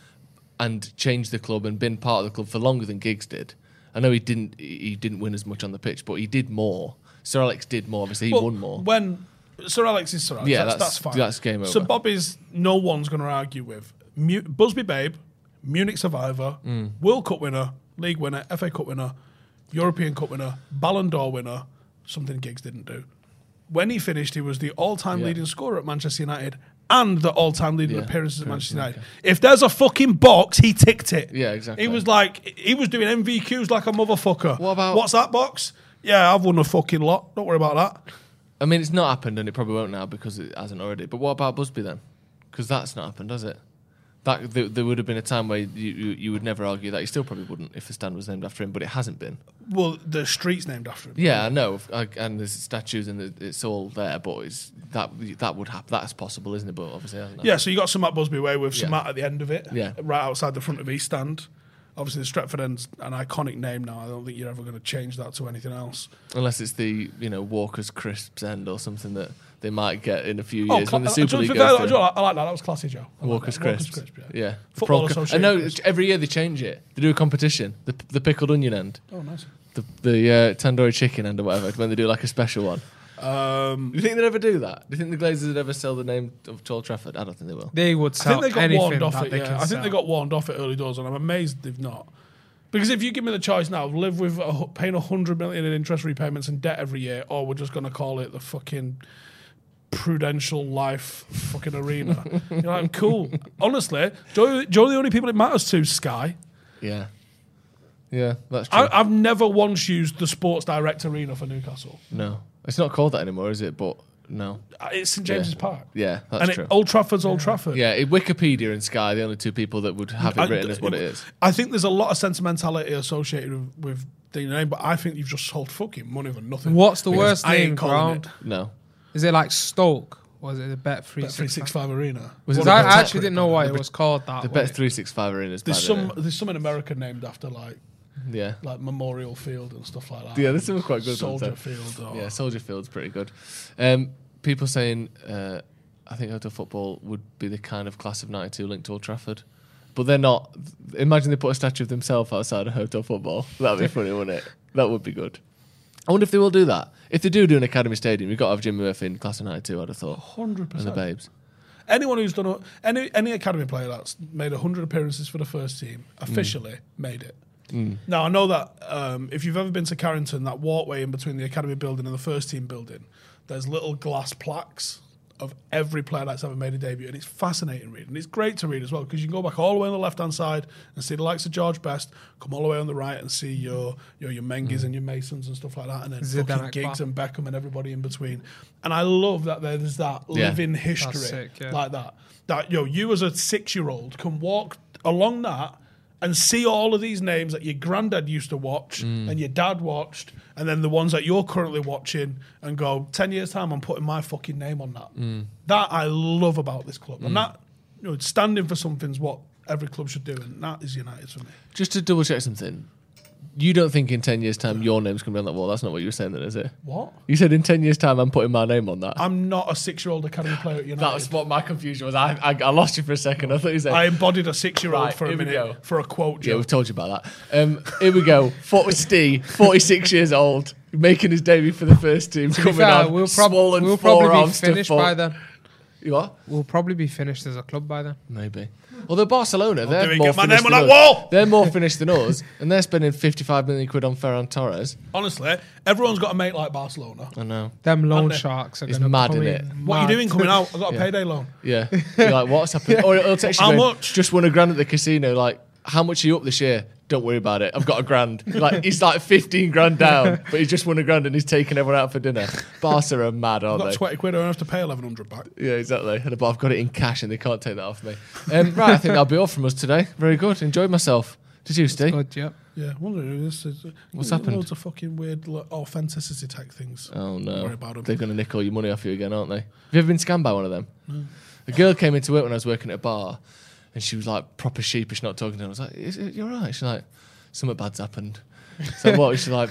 and changed the club and been part of the club for longer than Giggs did. I know he didn't. He he didn't win as much on the pitch, but he did more. Sir Alex did more. Obviously, he But won more. When Sir Alex is Sir Alex, Yeah, yeah, that's, that's- that's fine. that's game So over. Bobby's no one's going to argue with Mu- Busby Babe, Munich survivor, Mm. World Cup winner, league winner, FA Cup winner, European Cup winner, Ballon d'Or winner. Something Giggs didn't do. When he finished, he was the all-time Yeah. leading scorer at Manchester United and the all-time leading Yeah, appearances at Manchester appearance, United. If there's a fucking box, he ticked it. Yeah, exactly. He was like, he was doing MVQs like a motherfucker. What about- what's that box? Yeah, I've won a fucking lot. Don't worry about that. I mean, it's not happened, and it probably won't now because it hasn't already. But what about Busby then? Because that's not happened, has it? That there, there would have been a time where you, you you would never argue that. You still probably wouldn't if the stand was named after him, but it hasn't been. Well, the street's named after him. Yeah, I know. I, and there's statues and it- it's all there, but it's that that would happen. That's possible, isn't it? But obviously, it hasn't Yeah, so you got some at Busby Way with Yeah. some at the end of it, Yeah. right outside the front of East Stand. Obviously, the Stretford End's an iconic name now. I don't think you're ever going to change that to anything else. happened. unless it's the you know Walker's crisps end or something that they might get in a few years cla- when the uh, Super to be League fair, goes I, through. do like- I like that. That was classy, Joe. I like Walker's that. Walker's crisps. Crisp, yeah. yeah. The pro- Football I Association know crisps. it's- every year they change it. They do a competition. The, the pickled onion end. Oh, nice. the the uh, tandoori chicken end or whatever when they do like a special one. Um, Do you think they'd ever do that? Do you think the Glazers would ever sell the name of Old Trafford? I don't think they will. They would I sell think they got anything warned off that it. they yeah. can I think they sell. got warned off at early doors, and I'm amazed they've not. Because if you give me the choice now, of live with a, hu- paying hundred million in interest repayments and debt every year, or we're just going to call it the fucking prudential life fucking arena. [laughs] you know, I'm cool. Honestly, Joe, Joe, the only people it matters to is Sky. Yeah, yeah, that's true. I, I've never once used the Sports Direct Arena for Newcastle. no, it's not called that anymore, is it? But No. Uh, It's St James's Park. Yeah, that's and true. It, Old Trafford's Old Trafford. yeah, it, Wikipedia and Sky are the only two people that would have it written as what it is. I think there's a lot of sentimentality associated with, with the name, but I think you've just sold fucking money for nothing. What's the Because worst I ain't name calling ground? it No. Is it like Stoke? Or is it the Bet Three Bet three six five arena. Was it One I, of the I top actually three, didn't know but why it was called that. The wasn't bet it? three six five are in. Is bad, There's isn't some there's some in America named after like it? Yeah. like Memorial Field and stuff like that. Yeah, there's some quite good ones, Soldier though. Field. Or, Yeah, Soldier Field's pretty good. Um, people saying, uh, I think outdoor football would be the kind of class of '92 linked to Old Trafford, but they're not. Imagine they put a statue of themselves outside of outdoor football. [laughs] That'd be funny, wouldn't it? That would be good. I wonder if they will do that. If they do do an academy stadium, you've got to have Jimmy Murphy in class of '92. I'd have thought. 100%. And the Babes. Anyone who's done a, any any academy player that's made hundred appearances for the first team officially made it. Now I know that um, if you've ever been to Carrington, that walkway in between the academy building and the first team building, there's little glass plaques of every player that's ever made a debut, and it's fascinating reading. It's great to read as well because you can go back all the way on the left hand side and see the likes of George Best, come all the way on the right and see your your your Menges and your Masons and stuff like that, and then Zidane fucking Akbar. Giggs and Beckham and everybody in between. And I love that there's that Yeah. living history That's history sick, yeah. like that. That yo, you as a six year old can walk along that and see all of these names that your granddad used to watch Mm. and your dad watched, and then the ones that you're currently watching, and go ten years time, I'm putting my fucking name on that. Mm. That I love about this club, and that you know, standing for something's what every club should do, and that is United for me. Just to double check something, you don't think in ten years' time your name's going to be on that wall? That's not what you were saying, then, is it? What? You said in ten years' time I'm putting my name on that. I'm not a six year [sighs] old academy player at United. that was what my confusion was. I, I, I lost you for a second. I thought you said I embodied a six year old Right, for a here we go. minute for a quote. Yeah, Joe. we've told you about that. Um, here we go. [laughs] 40 Steve, 46 years old, making his debut for the first team. To be coming fair, on, we'll, prob- swollen we'll probably be forearms to finished full- by then. You are? We'll probably be finished as a club by then. Maybe. Although Barcelona, do they're it, more get my finished name than on us. that wall! They're more finished than us, and they're spending 55 million quid on Ferran Torres. Honestly, everyone's got a mate like Barcelona. I know. Them loan they? sharks are It's gonna mad, come innit? in What are mad. you doing coming out? I got a payday loan. [laughs] Yeah. You're like, what's happened? Or it'll text you, How going, much? Just won a grand at the casino. Like, how much are you up this year? Don't worry about it. I've got a grand. Like, he's like 15 grand down, but he's just won a grand and he's taking everyone out for dinner. Barca are mad, aren't I've got they? 20 quid, I don't have to pay 1100 back. Yeah, exactly. And but I've got it in cash, and they can't take that off me. Um, right, I think that'll be all from us today. Very good. Enjoyed myself. Did you, Steve? Good, yep. Yeah, I wonder who this is. What's Loads happened? Loads of fucking weird like, authenticity tech things. Oh Don't no, worry about 'em. they're going to nick all your money off you again, aren't they? Have you ever been scammed by one of them? A girl came into work when I was working at a bar, and she was like proper sheepish, not talking to him. I was like, "Is it, "You're right." She's like, "Something bad's happened." So what? She's like.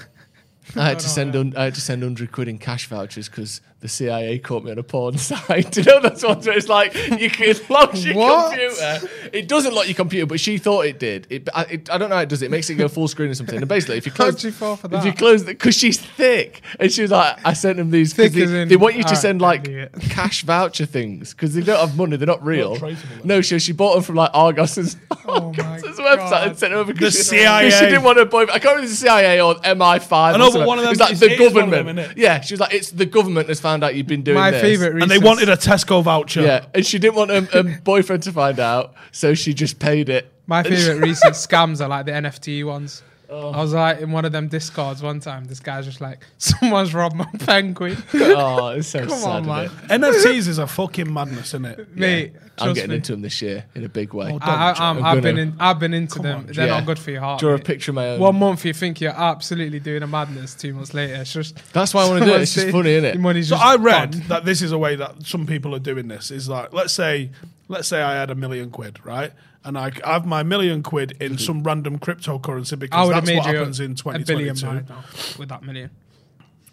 I had to send un- I had to send hundred quid in cash vouchers because the CIA caught me on a porn [laughs] site. you know that's what it's like. You can [laughs] lock your What? computer. It doesn't lock your computer, but she thought it did. It, I, it, I don't know how it does. It It makes it go full screen or something. And basically, if you How'd close, you fall for if you that? close because she's thick, and she was like, I sent them these. 'cause Thick as They, in- they want you to alright, send like [laughs] idiot. cash voucher things because they don't have money. They're not real. traceable, no, so she bought them from like [laughs] Argos's, Oh my Argos's website and God. sent them over because The she, 'cause she CIA. didn't want her boyfriend. I can't remember if it's the CIA or MI5. I know, or but something. one of It was them- like it's- the it is one of government. them, innit? yeah, she was like, it's the government that's found out you've been doing My this. favorite. Recess. And they wanted a Tesco voucher. Yeah, and she didn't want her, [laughs] her boyfriend to find out, so she just paid it. [laughs] [laughs] My favorite recent scams are like the NFT ones. Oh. I was like in one of them discards one time. This guy's just like, [laughs] someone's robbed my penguin. [laughs] Oh, it's so Come sad. on, innit? man. NFTs is a fucking madness, isn't it? Mate, I'm trust getting me. into them this year in a big way. Oh, I, Don't, I, I'm, I'm I've been gonna- in. I've been into them. They're Yeah. not good for your heart. Draw a mate. picture of my own. One month you think you're absolutely doing a madness. Two months later, it's just That's why I wanna do it. someone's It's just [laughs] saying funny, innit? Your money's So just I read gone. that this is a way that some people are doing this. Is like let's say let's say I had a million quid, right? And I I have my million quid in Mm-hmm. some random cryptocurrency I because would have that's made what you happens in a billion 2022. right now with that million.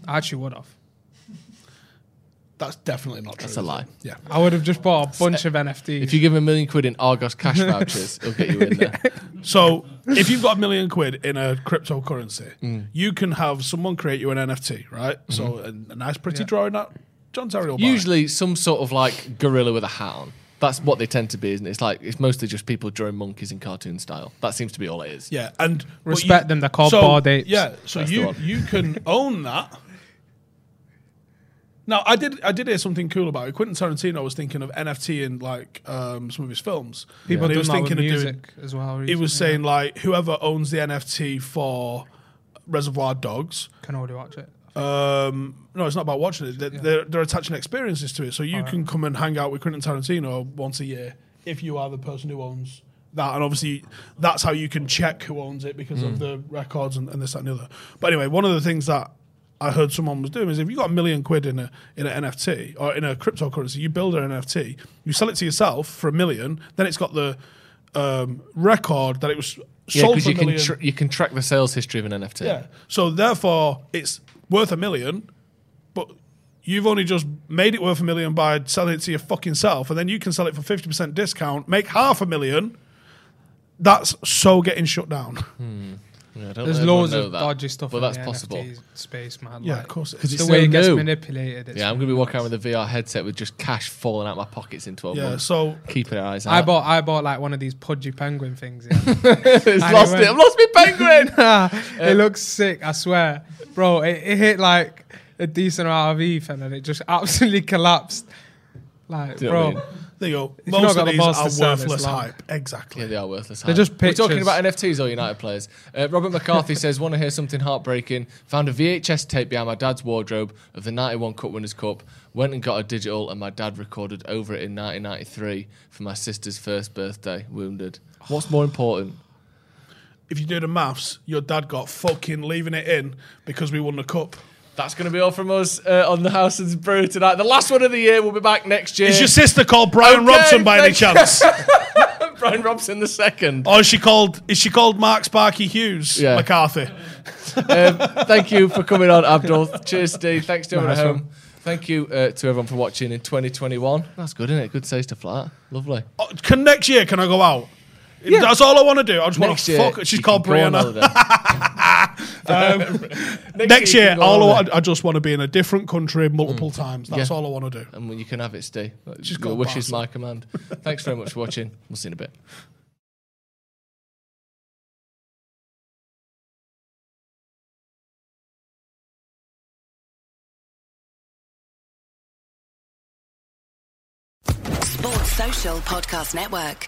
I actually would have. That's definitely not true. That's a is it? lie. Yeah. I would have just bought a bunch of NFTs. If you give him a million quid in Argos [laughs] cash vouchers, it'll get you in there. So if you've got a million quid in a cryptocurrency, you can have someone create you an NFT, right? So a, Mm-hmm. a nice, pretty drawing that John Terry will buy. Usually, some sort of like gorilla with a hat on. That's what they tend to be, isn't it? It's like it's mostly just people drawing monkeys in cartoon style. That seems to be all it is. yeah, and but Respect them, they're called bald apes. Yeah, so That's the you one. you [laughs] can own that. Now I did I did hear something cool about it. Quentin Tarantino was thinking of NFT in like um, some of his films. People And yeah. he was that with thinking of doing music as well. He was recently. saying like whoever owns the NFT for Reservoir Dogs can already watch it. Um, no, it's not about watching it. They're, they're, they're attaching experiences to it. So you can come and hang out with Quentin Tarantino once a year if you are the person who owns that. And obviously, that's how you can check who owns it because Hmm. of the records and, and this, that, and the other. But anyway, one of the things that I heard someone was doing is if you got a million quid in a in an NFT or in a cryptocurrency, you build an NFT, you sell it to yourself for a million, then it's got the um, record that it was Yeah, sold because for a you can million. tr- you can track the sales history of an NFT. Yeah. So therefore, it's worth a million, but you've only just made it worth a million by selling it to your fucking self, and then you can sell it for fifty percent discount, make half a million. That's so getting shut down. [laughs] Yeah, I don't know if There's everyone loads know of that, dodgy stuff but in that's the possible. NFT space, man. Yeah, like, of course. Because The it's way so it gets new. manipulated. it's Yeah, I'm gonna be walking nuts. around with a VR headset with just cash falling out my pockets in 12 Yeah. months. So Keeping our eyes out. I bought, I bought like one of these pudgy penguin things. Yeah. [laughs] it's I lost went- it. I've lost my penguin. [laughs] Nah, it looks sick, I swear. Bro, it, it hit like a decent amount of ETH and then it just absolutely [laughs] collapsed. Like, Do you know what I bro, mean? there you go. not Most got of the these master are service worthless line. hype. Exactly. Yeah, they are worthless. They're huh? just We're talking pictures. about NFTs or United players. Uh, Robert [laughs] McCarthy says, "Want to hear something heartbreaking? Found a VHS tape behind my dad's wardrobe of the '91 Cup Winners' Cup. Went and got a digital, and my dad recorded over it in 1993 for my sister's first birthday. Wounded. What's more important? If you do the maths, your dad got fucking leaving it in because we won the cup. That's going to be all from us uh, on the House and Brew tonight. The last one of the year. We'll be back next year. Is your sister called Brian Okay, Robson by any thank- chance? [laughs] Brian Robson the second. or is she called is she called Mark Sparky Hughes Yeah. McCarthy? Um, Thank you for coming on, [laughs] Abdul. Cheers, Steve. Thanks to everyone Nice at one. home. Thank you uh, to everyone for watching in 2021. That's good, isn't it? Good says to flat. Lovely. Oh, can next year can I go out? That's all I want to do. I just want Next to year, fuck. her. She's you called can go on Brianna. holiday. [laughs] Next, Um, you year, can go on all I, holiday. want, I just want to be in a different country multiple times. That's Yeah. all I want to do. and you can have it, Steve. She's Your called wish is Barca. my command. Thanks very much for watching. We'll see you in a bit. Sports Social Podcast Network.